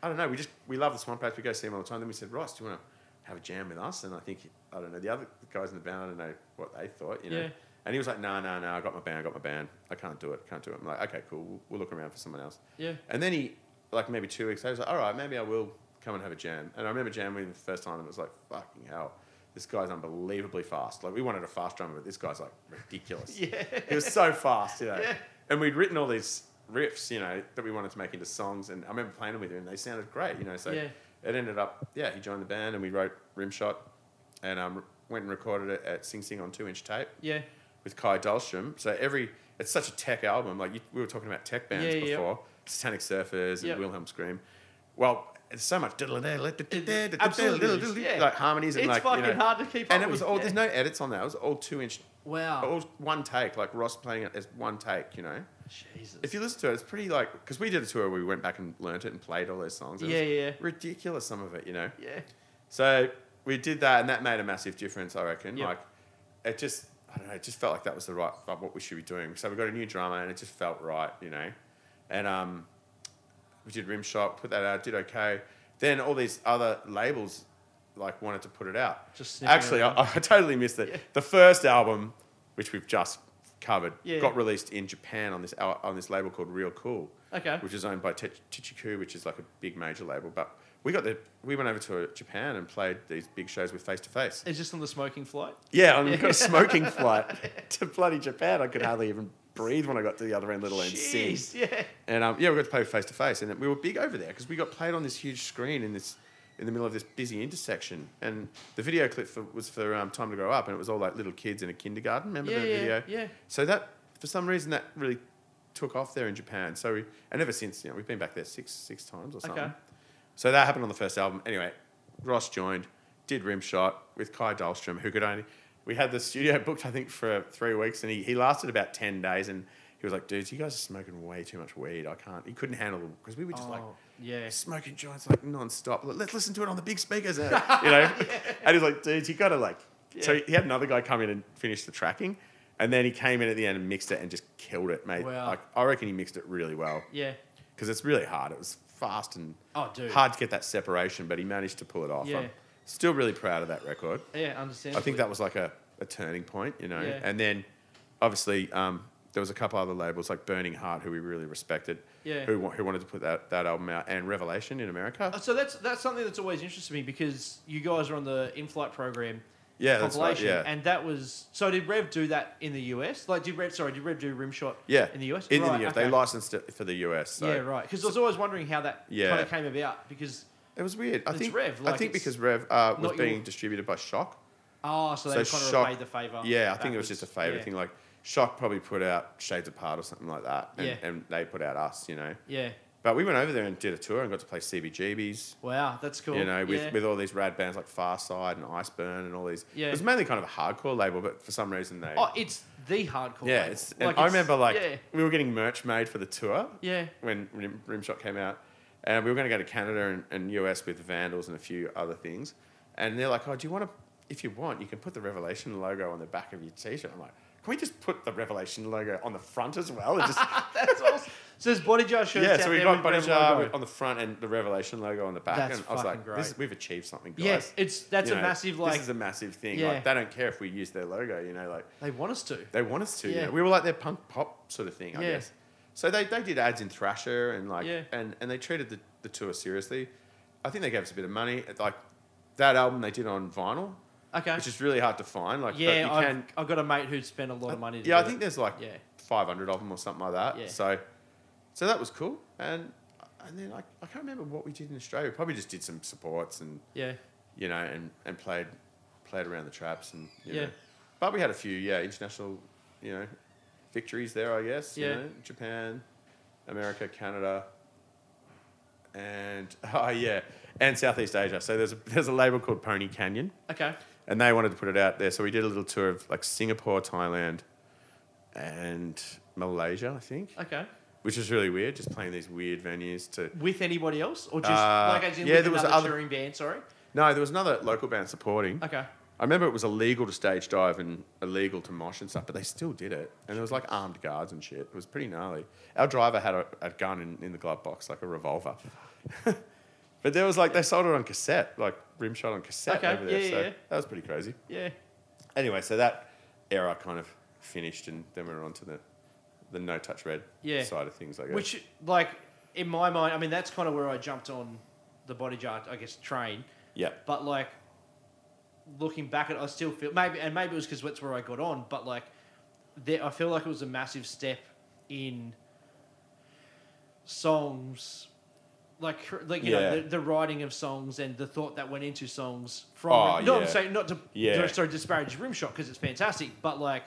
Speaker 2: I don't know. We just we love the Swamp Rats. We go see them all the time. Then we said, Ross, do you want to have a jam with us? And I think I don't know the other guys in the band. I don't know what they thought, you know.
Speaker 1: Yeah.
Speaker 2: And he was like, No, no, no. I got my band. I got my band. I can't do it. Can't do it. I'm like, Okay, cool. We'll, we'll look around for someone else.
Speaker 1: Yeah.
Speaker 2: And then he, like maybe two weeks later, was like, All right, maybe I will come and have a jam. And I remember jamming with him the first time. And it was like, Fucking hell. This guy's unbelievably fast. Like we wanted a fast drummer, but this guy's like ridiculous.
Speaker 1: Yeah.
Speaker 2: He was so fast, you know.
Speaker 1: Yeah.
Speaker 2: And we'd written all these riffs, you know, that we wanted to make into songs. And I remember playing them with him, and they sounded great, you know. So
Speaker 1: Yeah.
Speaker 2: it ended up, yeah, he joined the band, and we wrote Rimshot, and um, went and recorded it at Sing Sing on two inch tape
Speaker 1: Yeah,
Speaker 2: with Kai Dahlstrom. So every it's such a tech album. Like you, we were talking about tech bands
Speaker 1: Yeah, yeah, yeah.
Speaker 2: before, Satanic Surfers
Speaker 1: Yeah.
Speaker 2: and Wilhelm Scream. Well, it's so much
Speaker 1: absolutely is, yeah.
Speaker 2: like harmonies and
Speaker 1: It's
Speaker 2: like you
Speaker 1: fucking
Speaker 2: know,
Speaker 1: hard to keep
Speaker 2: And
Speaker 1: up
Speaker 2: it was
Speaker 1: with,
Speaker 2: all
Speaker 1: yeah.
Speaker 2: there's no edits on that. It was all two inch,
Speaker 1: wow,
Speaker 2: all one take. Like Ross playing it as one take. You know,
Speaker 1: Jesus,
Speaker 2: if you listen to it, it's pretty like because we did a tour where we went back and learnt it and played all those songs. It
Speaker 1: Yeah,
Speaker 2: was
Speaker 1: yeah, yeah.
Speaker 2: ridiculous some of it. You know,
Speaker 1: yeah,
Speaker 2: so we did that, and that made a massive difference, I reckon.
Speaker 1: Yep.
Speaker 2: Like, it just, I don't know, it just felt like that was the right, like, what we should be doing. So we got a new drummer, and it just felt right, you know. And um, we did Rim Shot, put that out, did okay. Then all these other labels, like, wanted to put it out.
Speaker 1: Just sniffing
Speaker 2: Actually, I,
Speaker 1: around.
Speaker 2: I totally missed it.
Speaker 1: Yeah.
Speaker 2: The first album, which we've just covered,
Speaker 1: Yeah.
Speaker 2: got released in Japan on this al- on this label called Real Cool
Speaker 1: okay,
Speaker 2: which is owned by Tech- Tichiku, which is like a big major label. But we got the we went over to Japan and played these big shows with Face to Face.
Speaker 1: it's just on the smoking flight.
Speaker 2: Yeah, and we got a smoking flight to bloody Japan. I could hardly even breathe when I got to the other end, let alone sing.
Speaker 1: Jeez, yeah,
Speaker 2: And um, yeah, we got to play face to face, and we were big over there because we got played on this huge screen in this in the middle of this busy intersection. And the video clip for, was for um, Time to Grow Up, and it was all like little kids in a kindergarten. Remember
Speaker 1: Yeah,
Speaker 2: the
Speaker 1: yeah,
Speaker 2: video?
Speaker 1: yeah.
Speaker 2: So that for some reason that really took off there in Japan. So we, and ever since, you know, we've been back there six six times or something.
Speaker 1: Okay.
Speaker 2: So that happened on the first album. Anyway, Ross joined, did rim shot with Kai Dahlstrom, who could only. We had the studio booked, I think, for three weeks, and he, he lasted about ten days. And he was like, "Dudes, you guys are smoking way too much weed. I can't." He couldn't handle it because we were just like
Speaker 1: Oh. yeah.
Speaker 2: smoking joints like non-stop. Let- Let's listen to it on the big speakers, eh? you know. And he's like, dudes, you gotta like. So he had another guy come in and finish the tracking, and then he came in at the end and mixed it and just killed it, mate.
Speaker 1: Wow.
Speaker 2: Like I reckon he mixed it really well
Speaker 1: Yeah.
Speaker 2: because it's really hard. It was fast and
Speaker 1: Oh, dude.
Speaker 2: hard to get that separation, but he managed to pull it off.
Speaker 1: Yeah.
Speaker 2: I'm still really proud of that record.
Speaker 1: Yeah, understand.
Speaker 2: I think that was like a, a turning point, you know.
Speaker 1: Yeah.
Speaker 2: And then obviously um, there was a couple other labels like Burning Heart, who we really respected,
Speaker 1: Yeah. Oh,
Speaker 2: who, wa- who wanted to put that, that album out, and Revelation in America.
Speaker 1: Uh, So that's that's something that's always interested me because you guys are on the in-flight program
Speaker 2: Yeah, that's right,
Speaker 1: compilation,
Speaker 2: yeah.
Speaker 1: and that was so. Did Rev do that in the US? Like, did Rev? Sorry, did Rev do Rimshot?
Speaker 2: yeah,
Speaker 1: in the US.
Speaker 2: in
Speaker 1: Right,
Speaker 2: the US,
Speaker 1: okay.
Speaker 2: they licensed it for the US. So.
Speaker 1: Yeah, right. Because I was always wondering how that
Speaker 2: Yeah.
Speaker 1: kind of came about. Because
Speaker 2: It was weird. I
Speaker 1: It's
Speaker 2: think
Speaker 1: Rev,
Speaker 2: I
Speaker 1: like,
Speaker 2: think
Speaker 1: it's
Speaker 2: because Rev uh, was
Speaker 1: not your-
Speaker 2: being distributed by Shock.
Speaker 1: oh, so they kind of repaid the favor.
Speaker 2: Yeah, I think it was just a
Speaker 1: favor
Speaker 2: favour
Speaker 1: yeah.
Speaker 2: thing. Like Shock probably put out Shades Apart or something like that, and,
Speaker 1: Yeah.
Speaker 2: and they put out us, you know.
Speaker 1: Yeah.
Speaker 2: But we went over there and did a tour and got to play CBGBs.
Speaker 1: Wow, that's cool.
Speaker 2: You know, with,
Speaker 1: yeah.
Speaker 2: with all these rad bands like Farside and Iceburn and all these.
Speaker 1: Yeah.
Speaker 2: It was mainly kind of a hardcore label, but for some reason they.
Speaker 1: oh, it's the hardcore.
Speaker 2: yeah,
Speaker 1: label.
Speaker 2: it's, and
Speaker 1: Like,
Speaker 2: I
Speaker 1: it's-
Speaker 2: remember like
Speaker 1: yeah,
Speaker 2: we were getting merch made for the tour.
Speaker 1: yeah,
Speaker 2: When Rim, Rimshot came out, and we were going to go to Canada and, and US with Vandals and a few other things, and they're like, "Oh, do you want to? If you want, you can put the Revelation logo on the back of your T-shirt." I'm like, "Can we just put the Revelation logo on the front as well?" And just
Speaker 1: that's awesome. So there's body jar shirts.
Speaker 2: yeah,
Speaker 1: out
Speaker 2: so we
Speaker 1: there
Speaker 2: got
Speaker 1: with
Speaker 2: Buddy
Speaker 1: Rev
Speaker 2: Jar
Speaker 1: logo.
Speaker 2: on the front and the Revelation logo on the back.
Speaker 1: That's
Speaker 2: and I was
Speaker 1: fucking
Speaker 2: like, this
Speaker 1: great.
Speaker 2: is, we've achieved something, guys.
Speaker 1: Yes, it's that's
Speaker 2: You
Speaker 1: a
Speaker 2: know,
Speaker 1: massive like
Speaker 2: This is a massive thing.
Speaker 1: Yeah.
Speaker 2: Like they don't care if we use their logo. You know, like
Speaker 1: they want us to.
Speaker 2: they want us to.
Speaker 1: Yeah.
Speaker 2: You know? We were like their punk pop sort of thing, I
Speaker 1: Yeah.
Speaker 2: guess. So they, they did ads in Thrasher and like
Speaker 1: Yeah.
Speaker 2: and, and they treated the, the tour seriously. I think they gave us a bit of money. It- Like that album they did on vinyl,
Speaker 1: Okay.
Speaker 2: which is really hard to find. Like,
Speaker 1: yeah,
Speaker 2: but you
Speaker 1: I've,
Speaker 2: can.
Speaker 1: I've got a mate who'd spent a lot of money. To
Speaker 2: yeah, I
Speaker 1: do
Speaker 2: think
Speaker 1: it.
Speaker 2: there's like
Speaker 1: Yeah.
Speaker 2: 500 of them or something like that.
Speaker 1: Yeah.
Speaker 2: So, so that was cool. And and then I, I can't remember what we did in Australia. Probably just did some supports and
Speaker 1: Yeah.
Speaker 2: you know, and, and played played around the traps and you
Speaker 1: Yeah.
Speaker 2: know. But we had a few, yeah, international, you know, victories there, I guess.
Speaker 1: Yeah.
Speaker 2: You know, Japan, America, Canada, and oh yeah, and Southeast Asia. So there's a, there's a label called Pony Canyon,
Speaker 1: Okay.
Speaker 2: and they wanted to put it out there. So we did a little tour of like Singapore, Thailand, and Malaysia, I think,
Speaker 1: Okay.
Speaker 2: which is really weird. Just playing these weird venues to
Speaker 1: With anybody else, or just
Speaker 2: Uh,
Speaker 1: like as in
Speaker 2: yeah,
Speaker 1: with
Speaker 2: there was
Speaker 1: another
Speaker 2: other-
Speaker 1: touring band? Sorry.
Speaker 2: no, there was another local band supporting.
Speaker 1: Okay.
Speaker 2: I remember it was illegal to stage dive and illegal to mosh and stuff, but they still did it. And there was like armed guards and shit. It was pretty gnarly. Our driver had a, a gun in, in the glove box, like a revolver. but there was like, they sold it on cassette, like rimshot on cassette
Speaker 1: Okay,
Speaker 2: over there.
Speaker 1: yeah,
Speaker 2: so
Speaker 1: yeah.
Speaker 2: that was pretty crazy.
Speaker 1: Yeah.
Speaker 2: Anyway, so that era kind of finished and then we were on to the, the no touch red
Speaker 1: Yeah.
Speaker 2: side of things, I guess.
Speaker 1: Which, like, in my mind, I mean, that's kind of where I jumped on the body jar, I guess, train.
Speaker 2: yeah.
Speaker 1: But like, looking back at, it, I still feel maybe, and maybe it was because that's where I got on. But like, there, I feel like it was a massive step in songs, like, cr- like you know,
Speaker 2: Yeah.
Speaker 1: the, the writing of songs and the thought that went into songs from.
Speaker 2: Oh,
Speaker 1: no, I'm
Speaker 2: yeah.
Speaker 1: saying not to
Speaker 2: Yeah.
Speaker 1: sorry disparage Rimshot because it's fantastic, but like,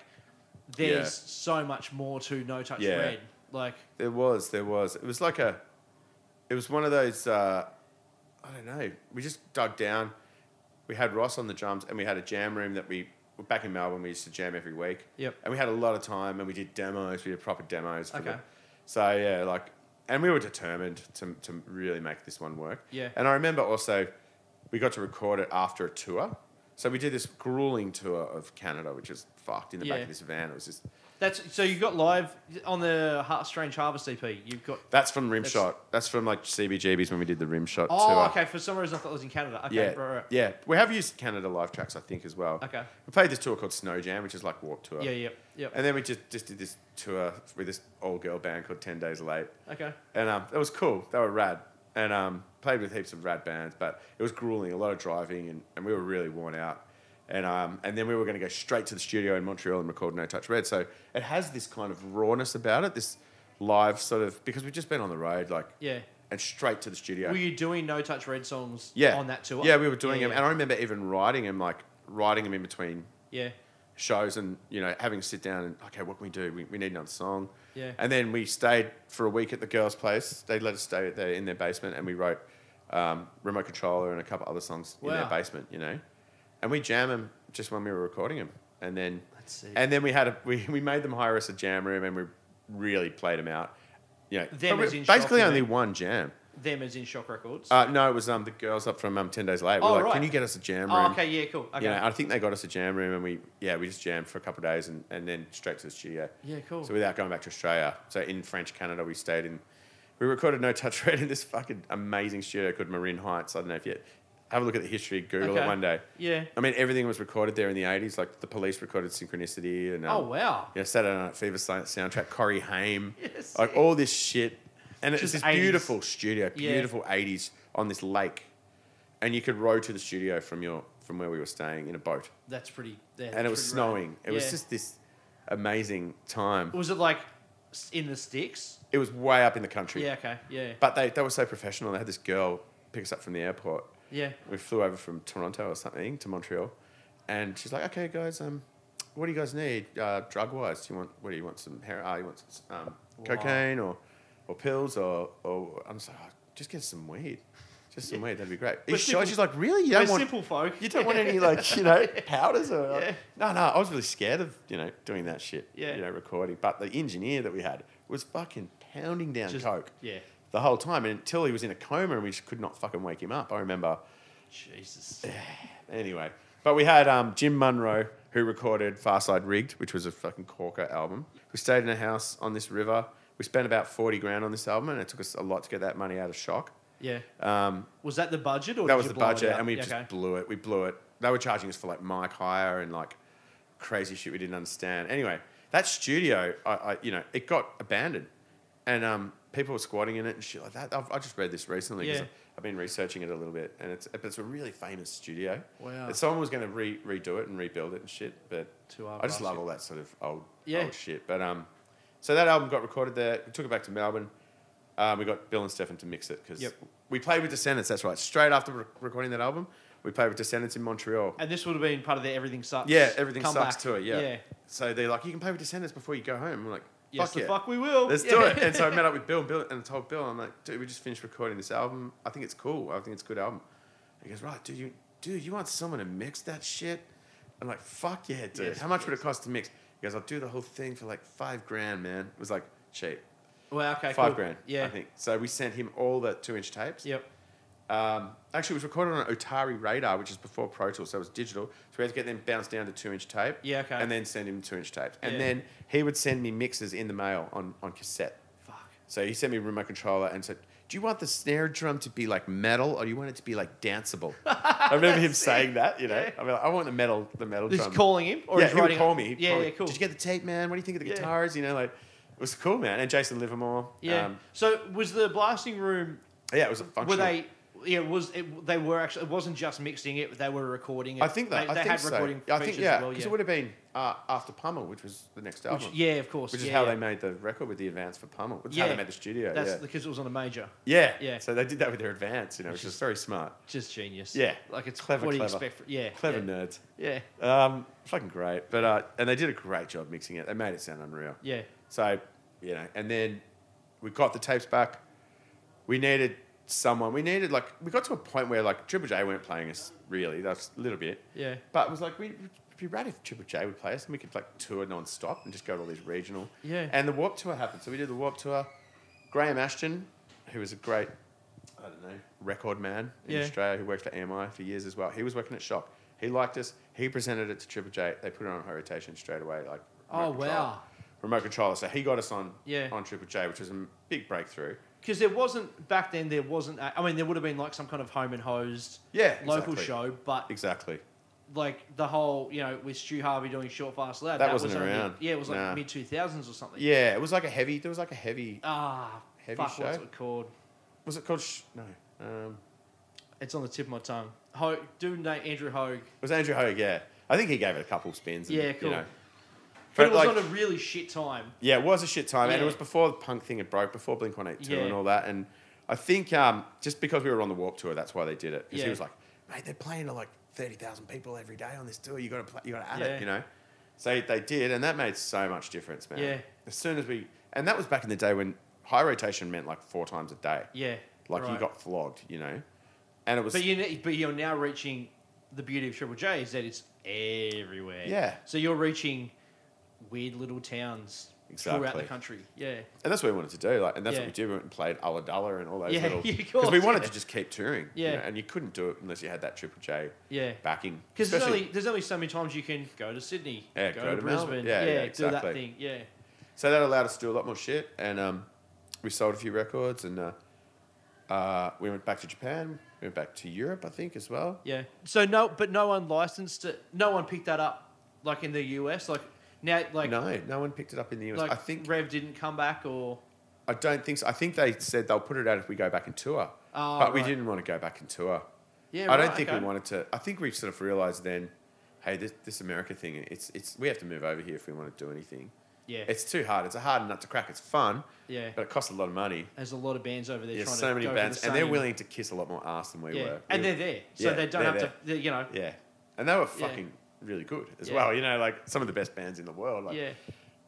Speaker 1: there's
Speaker 2: Yeah.
Speaker 1: so much more to No Touch
Speaker 2: Yeah.
Speaker 1: Red, like.
Speaker 2: There was, there was. It was like a, it was one of those. Uh, I don't know. We just dug down. We had Ross on the drums, and we had a jam room that we were back in Melbourne. We used to jam every week.
Speaker 1: Yep.
Speaker 2: And we had a lot of time, and we did demos. We did proper demos. For
Speaker 1: Okay.
Speaker 2: The, so yeah, like, and we were determined to to really make this one work.
Speaker 1: Yeah.
Speaker 2: And I remember also, we got to record it after a tour. So we did this grueling tour of Canada, which was fucked in the
Speaker 1: Yeah.
Speaker 2: back of this van. It was just
Speaker 1: That's so you got live on the Heart Strange Harvest EP. You've got
Speaker 2: That's from Rimshot.
Speaker 1: That's-
Speaker 2: That's, from like CBGB's when we did the Rimshot
Speaker 1: oh
Speaker 2: tour.
Speaker 1: okay. For some reason I thought it was in Canada. Okay,
Speaker 2: Yeah,
Speaker 1: right, right.
Speaker 2: yeah. We have used Canada live tracks, I think, as well.
Speaker 1: Okay.
Speaker 2: We played this tour called Snow Jam, which is like Warp Tour.
Speaker 1: yeah, yeah, yeah.
Speaker 2: And then we just, just did this tour with this all-girl band called Ten Days Late,
Speaker 1: okay,
Speaker 2: and um, it was cool. They were rad, and um, played with heaps of rad bands, but it was grueling, a lot of driving, and, and we were really worn out. And um, and then we were going to go straight to the studio in Montreal and record No Touch Red. So it has this kind of rawness about it, this live sort of because we've just been on the road, like
Speaker 1: yeah.
Speaker 2: and straight to the studio.
Speaker 1: Were you doing No Touch Red songs?
Speaker 2: yeah,
Speaker 1: on that tour.
Speaker 2: Yeah, we were doing
Speaker 1: yeah,
Speaker 2: them, and I remember even writing them, like writing them in between
Speaker 1: Yeah,
Speaker 2: shows and you know having to sit down and okay, what can we do? We, we need another song.
Speaker 1: Yeah.
Speaker 2: And then we stayed for a week at the girls' place. They let us stay at their, in their basement, and we wrote um, "Remote Controller" and a couple other songs in
Speaker 1: Wow.
Speaker 2: their basement. You know, and we jam them just when we were recording them, and then
Speaker 1: That's sick.
Speaker 2: and then we had a we, we made them hire us a jam room, and we really played them out. Yeah,
Speaker 1: Them as in
Speaker 2: basically
Speaker 1: Shock,
Speaker 2: only
Speaker 1: you mean?
Speaker 2: one jam.
Speaker 1: Them as in Shock Records.
Speaker 2: Uh, no, it was um, the girls up from um, Ten Days Late. We're
Speaker 1: Oh,
Speaker 2: like,
Speaker 1: right.
Speaker 2: can you get us a jam room?
Speaker 1: oh, okay, yeah, cool. Okay.
Speaker 2: You know, I think they got us a jam room, and we yeah we just jammed for a couple of days, and, and then straight to the studio.
Speaker 1: Yeah, cool.
Speaker 2: So without going back to Australia, so in French Canada, we stayed in. We recorded No Touch Red in this fucking amazing studio called Marin Heights. I don't know if you have a look at the history, Google
Speaker 1: Okay.
Speaker 2: it one day.
Speaker 1: Yeah.
Speaker 2: I mean, everything was recorded there in the '80s. Like the police recorded Synchronicity, and um,
Speaker 1: oh wow.
Speaker 2: you know, Saturday Night Fever sound- soundtrack, Corey Haim,
Speaker 1: Yes.
Speaker 2: like all this shit. And it's
Speaker 1: Just
Speaker 2: this
Speaker 1: 80s.
Speaker 2: beautiful studio,
Speaker 1: Yeah.
Speaker 2: beautiful 80s on this lake. And you could row to the studio from your from where we were staying in a boat.
Speaker 1: That's pretty. Yeah,
Speaker 2: And it was snowing. It was
Speaker 1: Yeah.
Speaker 2: just this amazing time.
Speaker 1: Was it like s- in the sticks?
Speaker 2: It was way up in the country.
Speaker 1: Yeah. Okay. Yeah.
Speaker 2: But they, they were so professional. They had this girl pick us up from the airport.
Speaker 1: yeah.
Speaker 2: We flew over from Toronto or something to Montreal, and she's like, "Okay, guys, um, what do you guys need uh, drug wise? Do you want what do you want some hair? Uh, you want some, um, cocaine or or pills or or I'm just like, "Oh, just get some weed." Just some weed, that'd be great. Are you
Speaker 1: We're
Speaker 2: sure?
Speaker 1: simple-
Speaker 2: She's like, really? You
Speaker 1: We're
Speaker 2: don't want
Speaker 1: simple folk.
Speaker 2: you don't want any like you know powders or
Speaker 1: Yeah.
Speaker 2: no no. I was really scared of you know doing that shit.
Speaker 1: Yeah.
Speaker 2: you know recording. But the engineer that we had was fucking pounding down
Speaker 1: Just-
Speaker 2: coke
Speaker 1: Yeah.
Speaker 2: the whole time and until he was in a coma and we just could not fucking wake him up. I remember
Speaker 1: Jesus.
Speaker 2: anyway. But we had um, Jim Munro who recorded Far Side Rigged, which was a fucking corker album. We stayed in a house on this river. We spent about forty grand on this album, and it took us a lot to get that money out of Shock.
Speaker 1: Yeah.
Speaker 2: Um,
Speaker 1: Was that the budget or
Speaker 2: that
Speaker 1: did
Speaker 2: was
Speaker 1: you
Speaker 2: the
Speaker 1: blow it
Speaker 2: budget,
Speaker 1: out?
Speaker 2: and we
Speaker 1: Yeah,
Speaker 2: just
Speaker 1: okay.
Speaker 2: blew it. We blew it. They were charging us for like mic hire and like crazy shit we didn't understand. Anyway, that studio, I, I you know, it got abandoned, and um, people were squatting in it and shit like that. I've, I just read this recently because
Speaker 1: Yeah.
Speaker 2: I've been researching it a little bit, and it's but it's a really famous studio.
Speaker 1: Wow.
Speaker 2: And someone was going to re- redo it and rebuild it and shit, but
Speaker 1: To our
Speaker 2: I just love
Speaker 1: basket.
Speaker 2: all that sort of old
Speaker 1: Yeah.
Speaker 2: old shit. But um, so that album got recorded there. We took it back to Melbourne. Um, we got Bill and Stefan to mix it because
Speaker 1: Yep.
Speaker 2: we played with Descendants. That's right. Straight after re- recording that album, we played with Descendants in Montreal.
Speaker 1: And this would have been part of the everything sucks.
Speaker 2: yeah, everything
Speaker 1: comeback.
Speaker 2: sucks to it. Yeah.
Speaker 1: Yeah.
Speaker 2: So they're like, you can play with Descendants before you go home. We're like,
Speaker 1: Yes,
Speaker 2: fuck
Speaker 1: the
Speaker 2: yeah.
Speaker 1: fuck we will.
Speaker 2: Let's
Speaker 1: Yeah.
Speaker 2: do it. And so I met up with Bill and Bill and I told Bill, I'm like, dude, we just finished recording this album. I think it's cool. I think it's a good album. He goes, right, dude, you, dude, you want someone to mix that shit? I'm like, fuck yeah, dude.
Speaker 1: Yes,
Speaker 2: How much would
Speaker 1: please.
Speaker 2: it cost to mix? He goes, I'll do the whole thing for like five grand, man. It was like cheap.
Speaker 1: Well, okay.
Speaker 2: five
Speaker 1: cool.
Speaker 2: grand,
Speaker 1: Yeah.
Speaker 2: I think. So we sent him all the two inch tapes.
Speaker 1: Yep.
Speaker 2: Um, actually, it was recorded on an Otari radar, which is before Pro Tools, so it was digital. So we had to get them bounced down to two inch tape.
Speaker 1: Yeah, okay.
Speaker 2: And then send him two inch tapes. And
Speaker 1: Yeah.
Speaker 2: then he would send me mixes in the mail on, on cassette.
Speaker 1: Fuck.
Speaker 2: So he sent me a remote controller and said, Do you want the snare drum to be like metal or do you want it to be like danceable? I remember him saying that, you know.
Speaker 1: Yeah.
Speaker 2: I mean, I want the metal, the metal
Speaker 1: This
Speaker 2: drum.
Speaker 1: is calling him or
Speaker 2: yeah,
Speaker 1: he's
Speaker 2: he would
Speaker 1: writing.
Speaker 2: call me. He'd
Speaker 1: Yeah,
Speaker 2: call me,
Speaker 1: yeah, cool.
Speaker 2: Did you get the tape, man? What do you think of the
Speaker 1: Yeah.
Speaker 2: guitars? You know, like, it was cool, man. And Jason Livermore.
Speaker 1: yeah.
Speaker 2: um,
Speaker 1: so was the blasting room?
Speaker 2: yeah, it was a
Speaker 1: Were
Speaker 2: functional.
Speaker 1: they? Yeah, was it, they were actually? It wasn't just mixing it; they were recording it.
Speaker 2: I think that
Speaker 1: they,
Speaker 2: I
Speaker 1: they
Speaker 2: think
Speaker 1: had
Speaker 2: so.
Speaker 1: recording.
Speaker 2: Yeah, I think
Speaker 1: features
Speaker 2: yeah,
Speaker 1: as well,
Speaker 2: because it would have been uh, after Pummel, which was the next album,
Speaker 1: Which, yeah, of course.
Speaker 2: which is
Speaker 1: yeah,
Speaker 2: how
Speaker 1: yeah.
Speaker 2: they made the record with the advance for Pummel. Which is how
Speaker 1: Yeah.
Speaker 2: they made the studio.
Speaker 1: That's
Speaker 2: yeah.
Speaker 1: because it was on a major.
Speaker 2: yeah,
Speaker 1: yeah.
Speaker 2: So they did that with their advance, you know, which,
Speaker 1: is-
Speaker 2: is very smart,
Speaker 1: Just genius.
Speaker 2: Yeah.
Speaker 1: like it's
Speaker 2: Clever,
Speaker 1: What do you
Speaker 2: clever.
Speaker 1: expect? From, yeah,
Speaker 2: clever
Speaker 1: Yeah,
Speaker 2: nerds.
Speaker 1: yeah,
Speaker 2: Um, fucking great, but uh, and they did a great job mixing it. They made it sound unreal.
Speaker 1: yeah.
Speaker 2: So, you know, and then we got the tapes back. We needed someone. We needed like we got to a point where like Triple J weren't playing us really. That's a little bit.
Speaker 1: Yeah.
Speaker 2: But it was like we. It'd be rad if Triple J would play us, and we could like tour non-stop and just go to all these regional.
Speaker 1: Yeah.
Speaker 2: And the Warp Tour happened, so we did the Warp Tour. Graham Ashton, who was a great, I don't know, record man in
Speaker 1: Yeah.
Speaker 2: Australia, who worked for EMI for years as well. He was working at Shock. He liked us. He presented it to Triple J. They put it on high rotation straight away. Like,
Speaker 1: Oh,
Speaker 2: remote control
Speaker 1: wow.
Speaker 2: remote controller. So he got us on
Speaker 1: Yeah.
Speaker 2: on Triple J, which was a big breakthrough.
Speaker 1: Because there wasn't back then. There wasn't. a- I mean, there would have been like some kind of home and hosed.
Speaker 2: Yeah,
Speaker 1: local
Speaker 2: exactly.
Speaker 1: show, but
Speaker 2: Exactly.
Speaker 1: like the whole you know with Stu Harvey doing Short Fast Loud.
Speaker 2: That wasn't
Speaker 1: was only-
Speaker 2: around.
Speaker 1: yeah, it was like
Speaker 2: Nah.
Speaker 1: mid two thousands or something.
Speaker 2: Yeah, it was like a heavy. There was like a heavy.
Speaker 1: Ah,
Speaker 2: Heavy
Speaker 1: fuck, what's
Speaker 2: show?
Speaker 1: it called?
Speaker 2: Was it called? Sh- no. Um,
Speaker 1: It's on the tip of my tongue. Ho- dude named Andrew Hogue.
Speaker 2: it was Andrew Hogue. Yeah, I think he gave it a couple spins. And,
Speaker 1: Yeah,
Speaker 2: You
Speaker 1: cool.
Speaker 2: know.
Speaker 1: But
Speaker 2: But,
Speaker 1: it was
Speaker 2: like,
Speaker 1: on a really shit time.
Speaker 2: yeah, it was a shit time, and
Speaker 1: Yeah.
Speaker 2: it was before the punk thing had broke, before Blink One Eight Two
Speaker 1: Yeah.
Speaker 2: and all that. And I think um, just because we were on the Warp Tour, that's why they did it. Because
Speaker 1: Yeah.
Speaker 2: he was like, mate, they're playing to like thirty thousand people every day on this tour. You got to play. You got to add
Speaker 1: Yeah.
Speaker 2: it. You know. So they did, and that made so much difference, man.
Speaker 1: Yeah.
Speaker 2: As soon as we, and that was back in the day when high rotation meant like four times a day.
Speaker 1: Yeah.
Speaker 2: Like you
Speaker 1: right.
Speaker 2: got flogged, you know, and it was.
Speaker 1: But you ne- but you're now reaching the beauty of Triple J is that it's everywhere.
Speaker 2: Yeah.
Speaker 1: So you're reaching weird little towns throughout the
Speaker 2: Exactly.
Speaker 1: country. Yeah.
Speaker 2: and that's what we wanted to do, like, and that's
Speaker 1: Yeah.
Speaker 2: what we did. We went and played Ulladulla and all those
Speaker 1: Yeah,
Speaker 2: little
Speaker 1: of
Speaker 2: because we
Speaker 1: course,
Speaker 2: wanted
Speaker 1: yeah.
Speaker 2: to just keep touring. you
Speaker 1: Yeah.
Speaker 2: know, and you couldn't do it unless you had that Triple J
Speaker 1: Yeah.
Speaker 2: backing.
Speaker 1: Because there's
Speaker 2: Especially-
Speaker 1: only there's only so many times you can go to Sydney,
Speaker 2: Yeah,
Speaker 1: go,
Speaker 2: go
Speaker 1: to,
Speaker 2: to Melbourne.
Speaker 1: Brisbane,
Speaker 2: Yeah, yeah,
Speaker 1: do that
Speaker 2: exactly.
Speaker 1: thing, yeah,
Speaker 2: So that allowed us to do a lot more shit, and um, we sold a few records, and uh, uh, we went back to Japan, we went back to Europe, I think, as well.
Speaker 1: yeah. So no, but no one licensed it. No one picked that up, like in the US. Like now, like
Speaker 2: no, no one picked it up in the US.
Speaker 1: like
Speaker 2: I think
Speaker 1: Rev didn't come back, or
Speaker 2: I don't think so. I think they said they'll put it out if we go back and tour,
Speaker 1: Oh,
Speaker 2: but we
Speaker 1: right.
Speaker 2: didn't want to go back and tour.
Speaker 1: yeah.
Speaker 2: I
Speaker 1: right,
Speaker 2: don't think
Speaker 1: okay.
Speaker 2: we wanted to. I think we sort of realized then, hey, this, this America thing, it's it's we have to move over here if we want to do anything.
Speaker 1: Yeah,
Speaker 2: It's too hard. It's a hard nut to crack. It's fun,
Speaker 1: yeah.
Speaker 2: but it costs a lot of money.
Speaker 1: There's a lot of bands over there.
Speaker 2: There's
Speaker 1: trying
Speaker 2: so
Speaker 1: to
Speaker 2: many
Speaker 1: go for
Speaker 2: bands,
Speaker 1: the
Speaker 2: and they're
Speaker 1: same-
Speaker 2: willing to kiss a lot more ass than we
Speaker 1: yeah,
Speaker 2: were.
Speaker 1: and
Speaker 2: We
Speaker 1: they're
Speaker 2: were-
Speaker 1: there, so
Speaker 2: Yeah,
Speaker 1: they don't
Speaker 2: they're
Speaker 1: have
Speaker 2: there.
Speaker 1: to. they- You know,
Speaker 2: Yeah. And they were
Speaker 1: Yeah.
Speaker 2: fucking really good as
Speaker 1: Yeah.
Speaker 2: well. You know, like some of the best bands in the world. Like,
Speaker 1: yeah.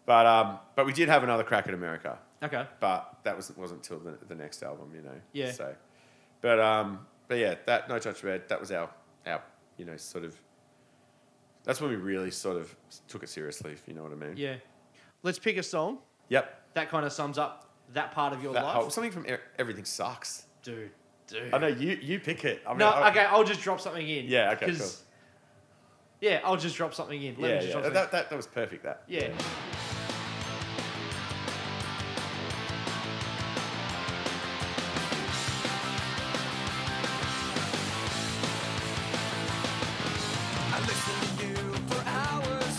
Speaker 2: But um, but we did have another crack at America,
Speaker 1: Okay.
Speaker 2: but that was wasn't till the, the next album. You know.
Speaker 1: Yeah.
Speaker 2: So, but um, but yeah, that No Touch Red, that was our our you know sort of. That's when we really sort of took it seriously, if you know what I mean.
Speaker 1: Yeah. Let's pick a song
Speaker 2: Yep.
Speaker 1: that kind of sums up that part of your
Speaker 2: That
Speaker 1: life,
Speaker 2: whole, something from E- Everything Sucks.
Speaker 1: dude. Dude.
Speaker 2: I know you you pick it. I mean,
Speaker 1: No,
Speaker 2: I-
Speaker 1: okay, I'll just drop something in.
Speaker 2: Yeah, okay,
Speaker 1: 'cause-
Speaker 2: cool.
Speaker 1: Yeah, I'll just drop something in. Let
Speaker 2: Yeah,
Speaker 1: me just
Speaker 2: yeah.
Speaker 1: drop
Speaker 2: That, that, that was perfect. That.
Speaker 1: something. yeah.
Speaker 4: I listen to you for hours.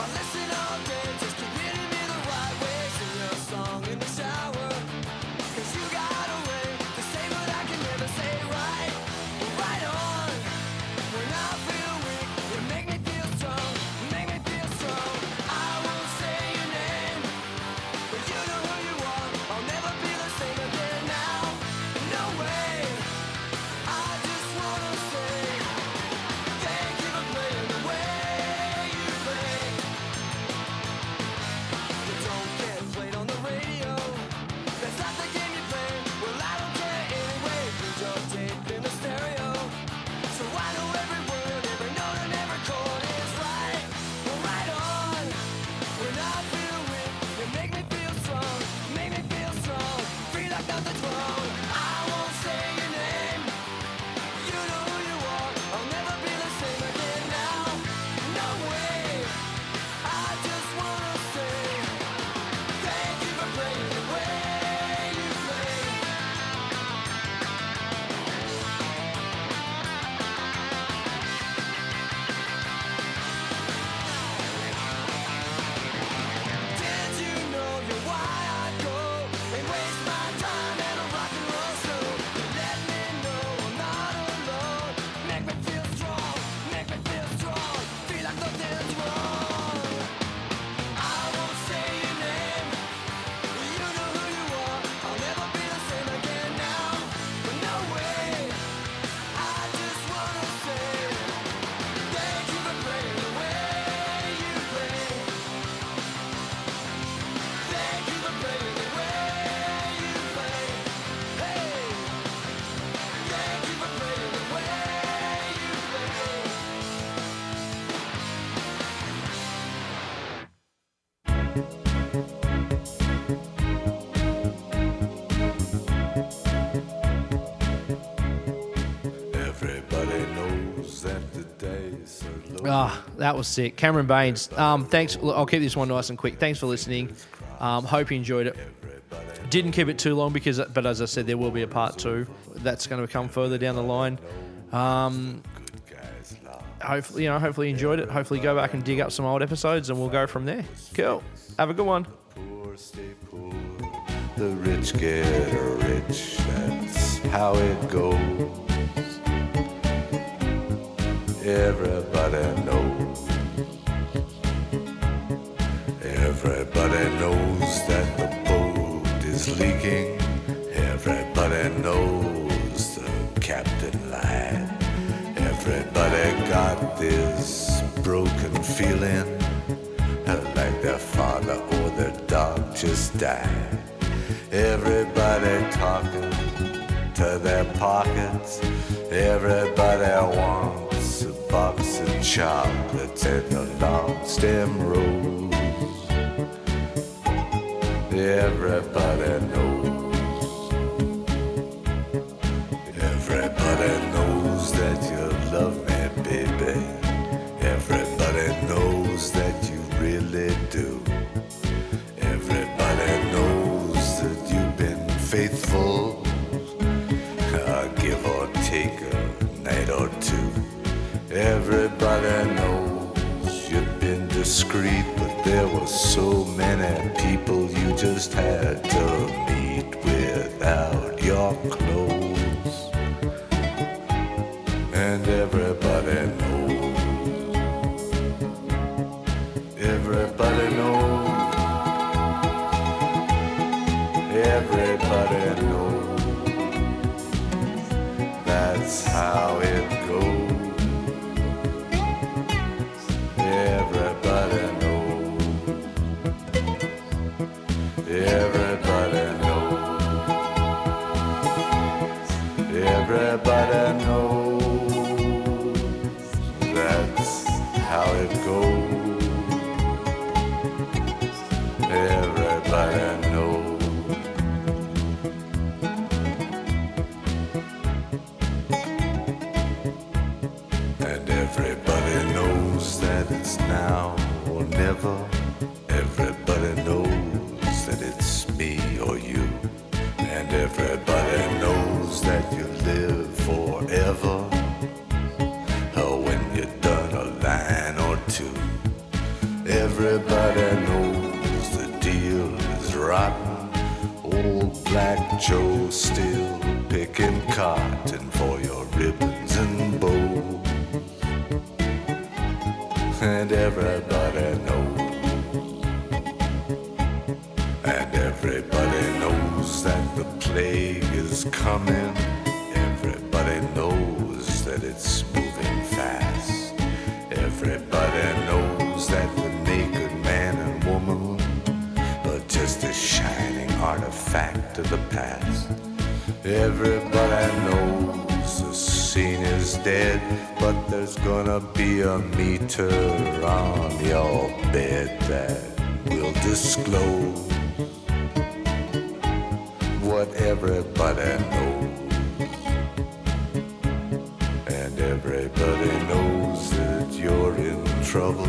Speaker 4: I listen all day just to riddle me the right way. Sing your song in the shower. 'Cause you got a way to say what I can never say right. Right on. When I feel weak, you make me feel strong. You make me feel strong. I won't say your name, but you know who you are. I'll never be the same again now. No way. I just wanna say. Thank you for playing the way you play. You don't get played on the radio. That's not the game you play. Well, I don't care anyway. Put your tape in the stereo, so I know every word, every note, and every chord is right. Well, right on. When I feel weak, you make me feel strong. Make me feel strong. Free like nothing's wrong. I won't say your name. You know who you are. I'll never be the same again now. No way. I just wanna say thank you for playing the way you play. Did you know you're why I go and waste my time at a rock and roll show? Let me know I'm not alone. Make me feel strong. Make me feel strong. Feel like nothing's wrong. I won't say your name. You know who you are. I'll never be the same again now. But no way. I just wanna say thank you for playing the way you play. Thank you for playing the way you play. Hey, thank you for playing the way you play.
Speaker 5: Everybody knows that the days are long.
Speaker 1: Ah, that was sick. Cameron Baines. Um, thanks. look, I'll keep this one nice and quick. Thanks for listening. Um, hope you enjoyed it. Didn't keep it too long because, but as I said, there will be a part two. That's going to come further down the line. Um, hopefully, you know, hopefully you enjoyed it. Hopefully, go back and dig up some old episodes, and we'll go from there. Cool. Have a good one.
Speaker 5: Poor stay poor. The rich get rich. That's how it goes. Everybody knows. Everybody knows that the boat is leaking. Everybody knows the captain lied. Everybody got this broken feeling. just died. Everybody talking to their pockets. Everybody wants a box of chocolates and a long stem rose. Everybody knows. Everybody knows that you love me, baby. Everybody knows that you really do. Everybody knows that you've been faithful. Uh, give or take a night or two. Everybody knows you've been discreet, but there were so many people you just had to meet without your clothes. And everybody knows. Everybody knows. Everybody knows that's how it goes. Everybody knows. Everybody knows. Everybody knows. That's how it goes. Everybody knows. And everybody knows that it's now or never. Everybody knows that it's me or you. And everybody knows that you live forever. Oh, when you've done a line or two. Everybody knows the deal is rotten. Old Black Joe still picking cotton for your ribbons and bows and everybody knows. And everybody knows that the plague is coming. Everybody knows that it's moving fast. Everybody knows that the naked man and woman are just a shining artifact of the past. Everybody knows the scene is dead, but there's gonna be a meter on your bed that will disclose what everybody knows. And everybody knows that you're in trouble.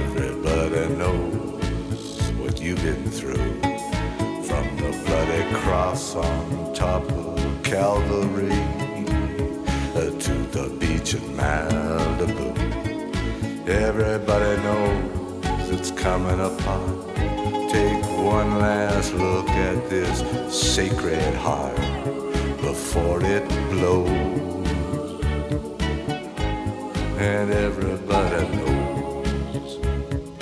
Speaker 5: Everybody knows what you've been through. From the bloody cross on top of Calvary uh, to the beach in Malibu. Everybody knows it's coming apart. Take one last look at this sacred heart before it blows. And everybody knows.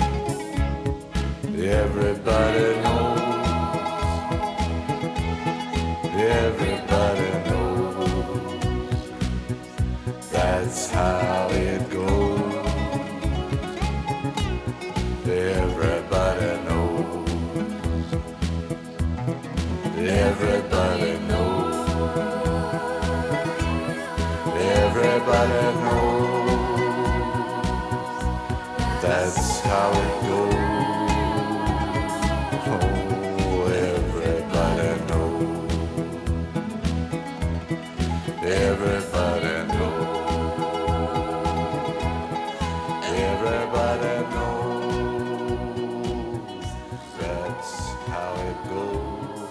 Speaker 5: Everybody knows. Everybody knows that's how it goes. Everybody knows. Everybody knows. Everybody knows. That's how it goes. Oh, everybody knows. Everybody knows. Everybody knows. That's how it goes.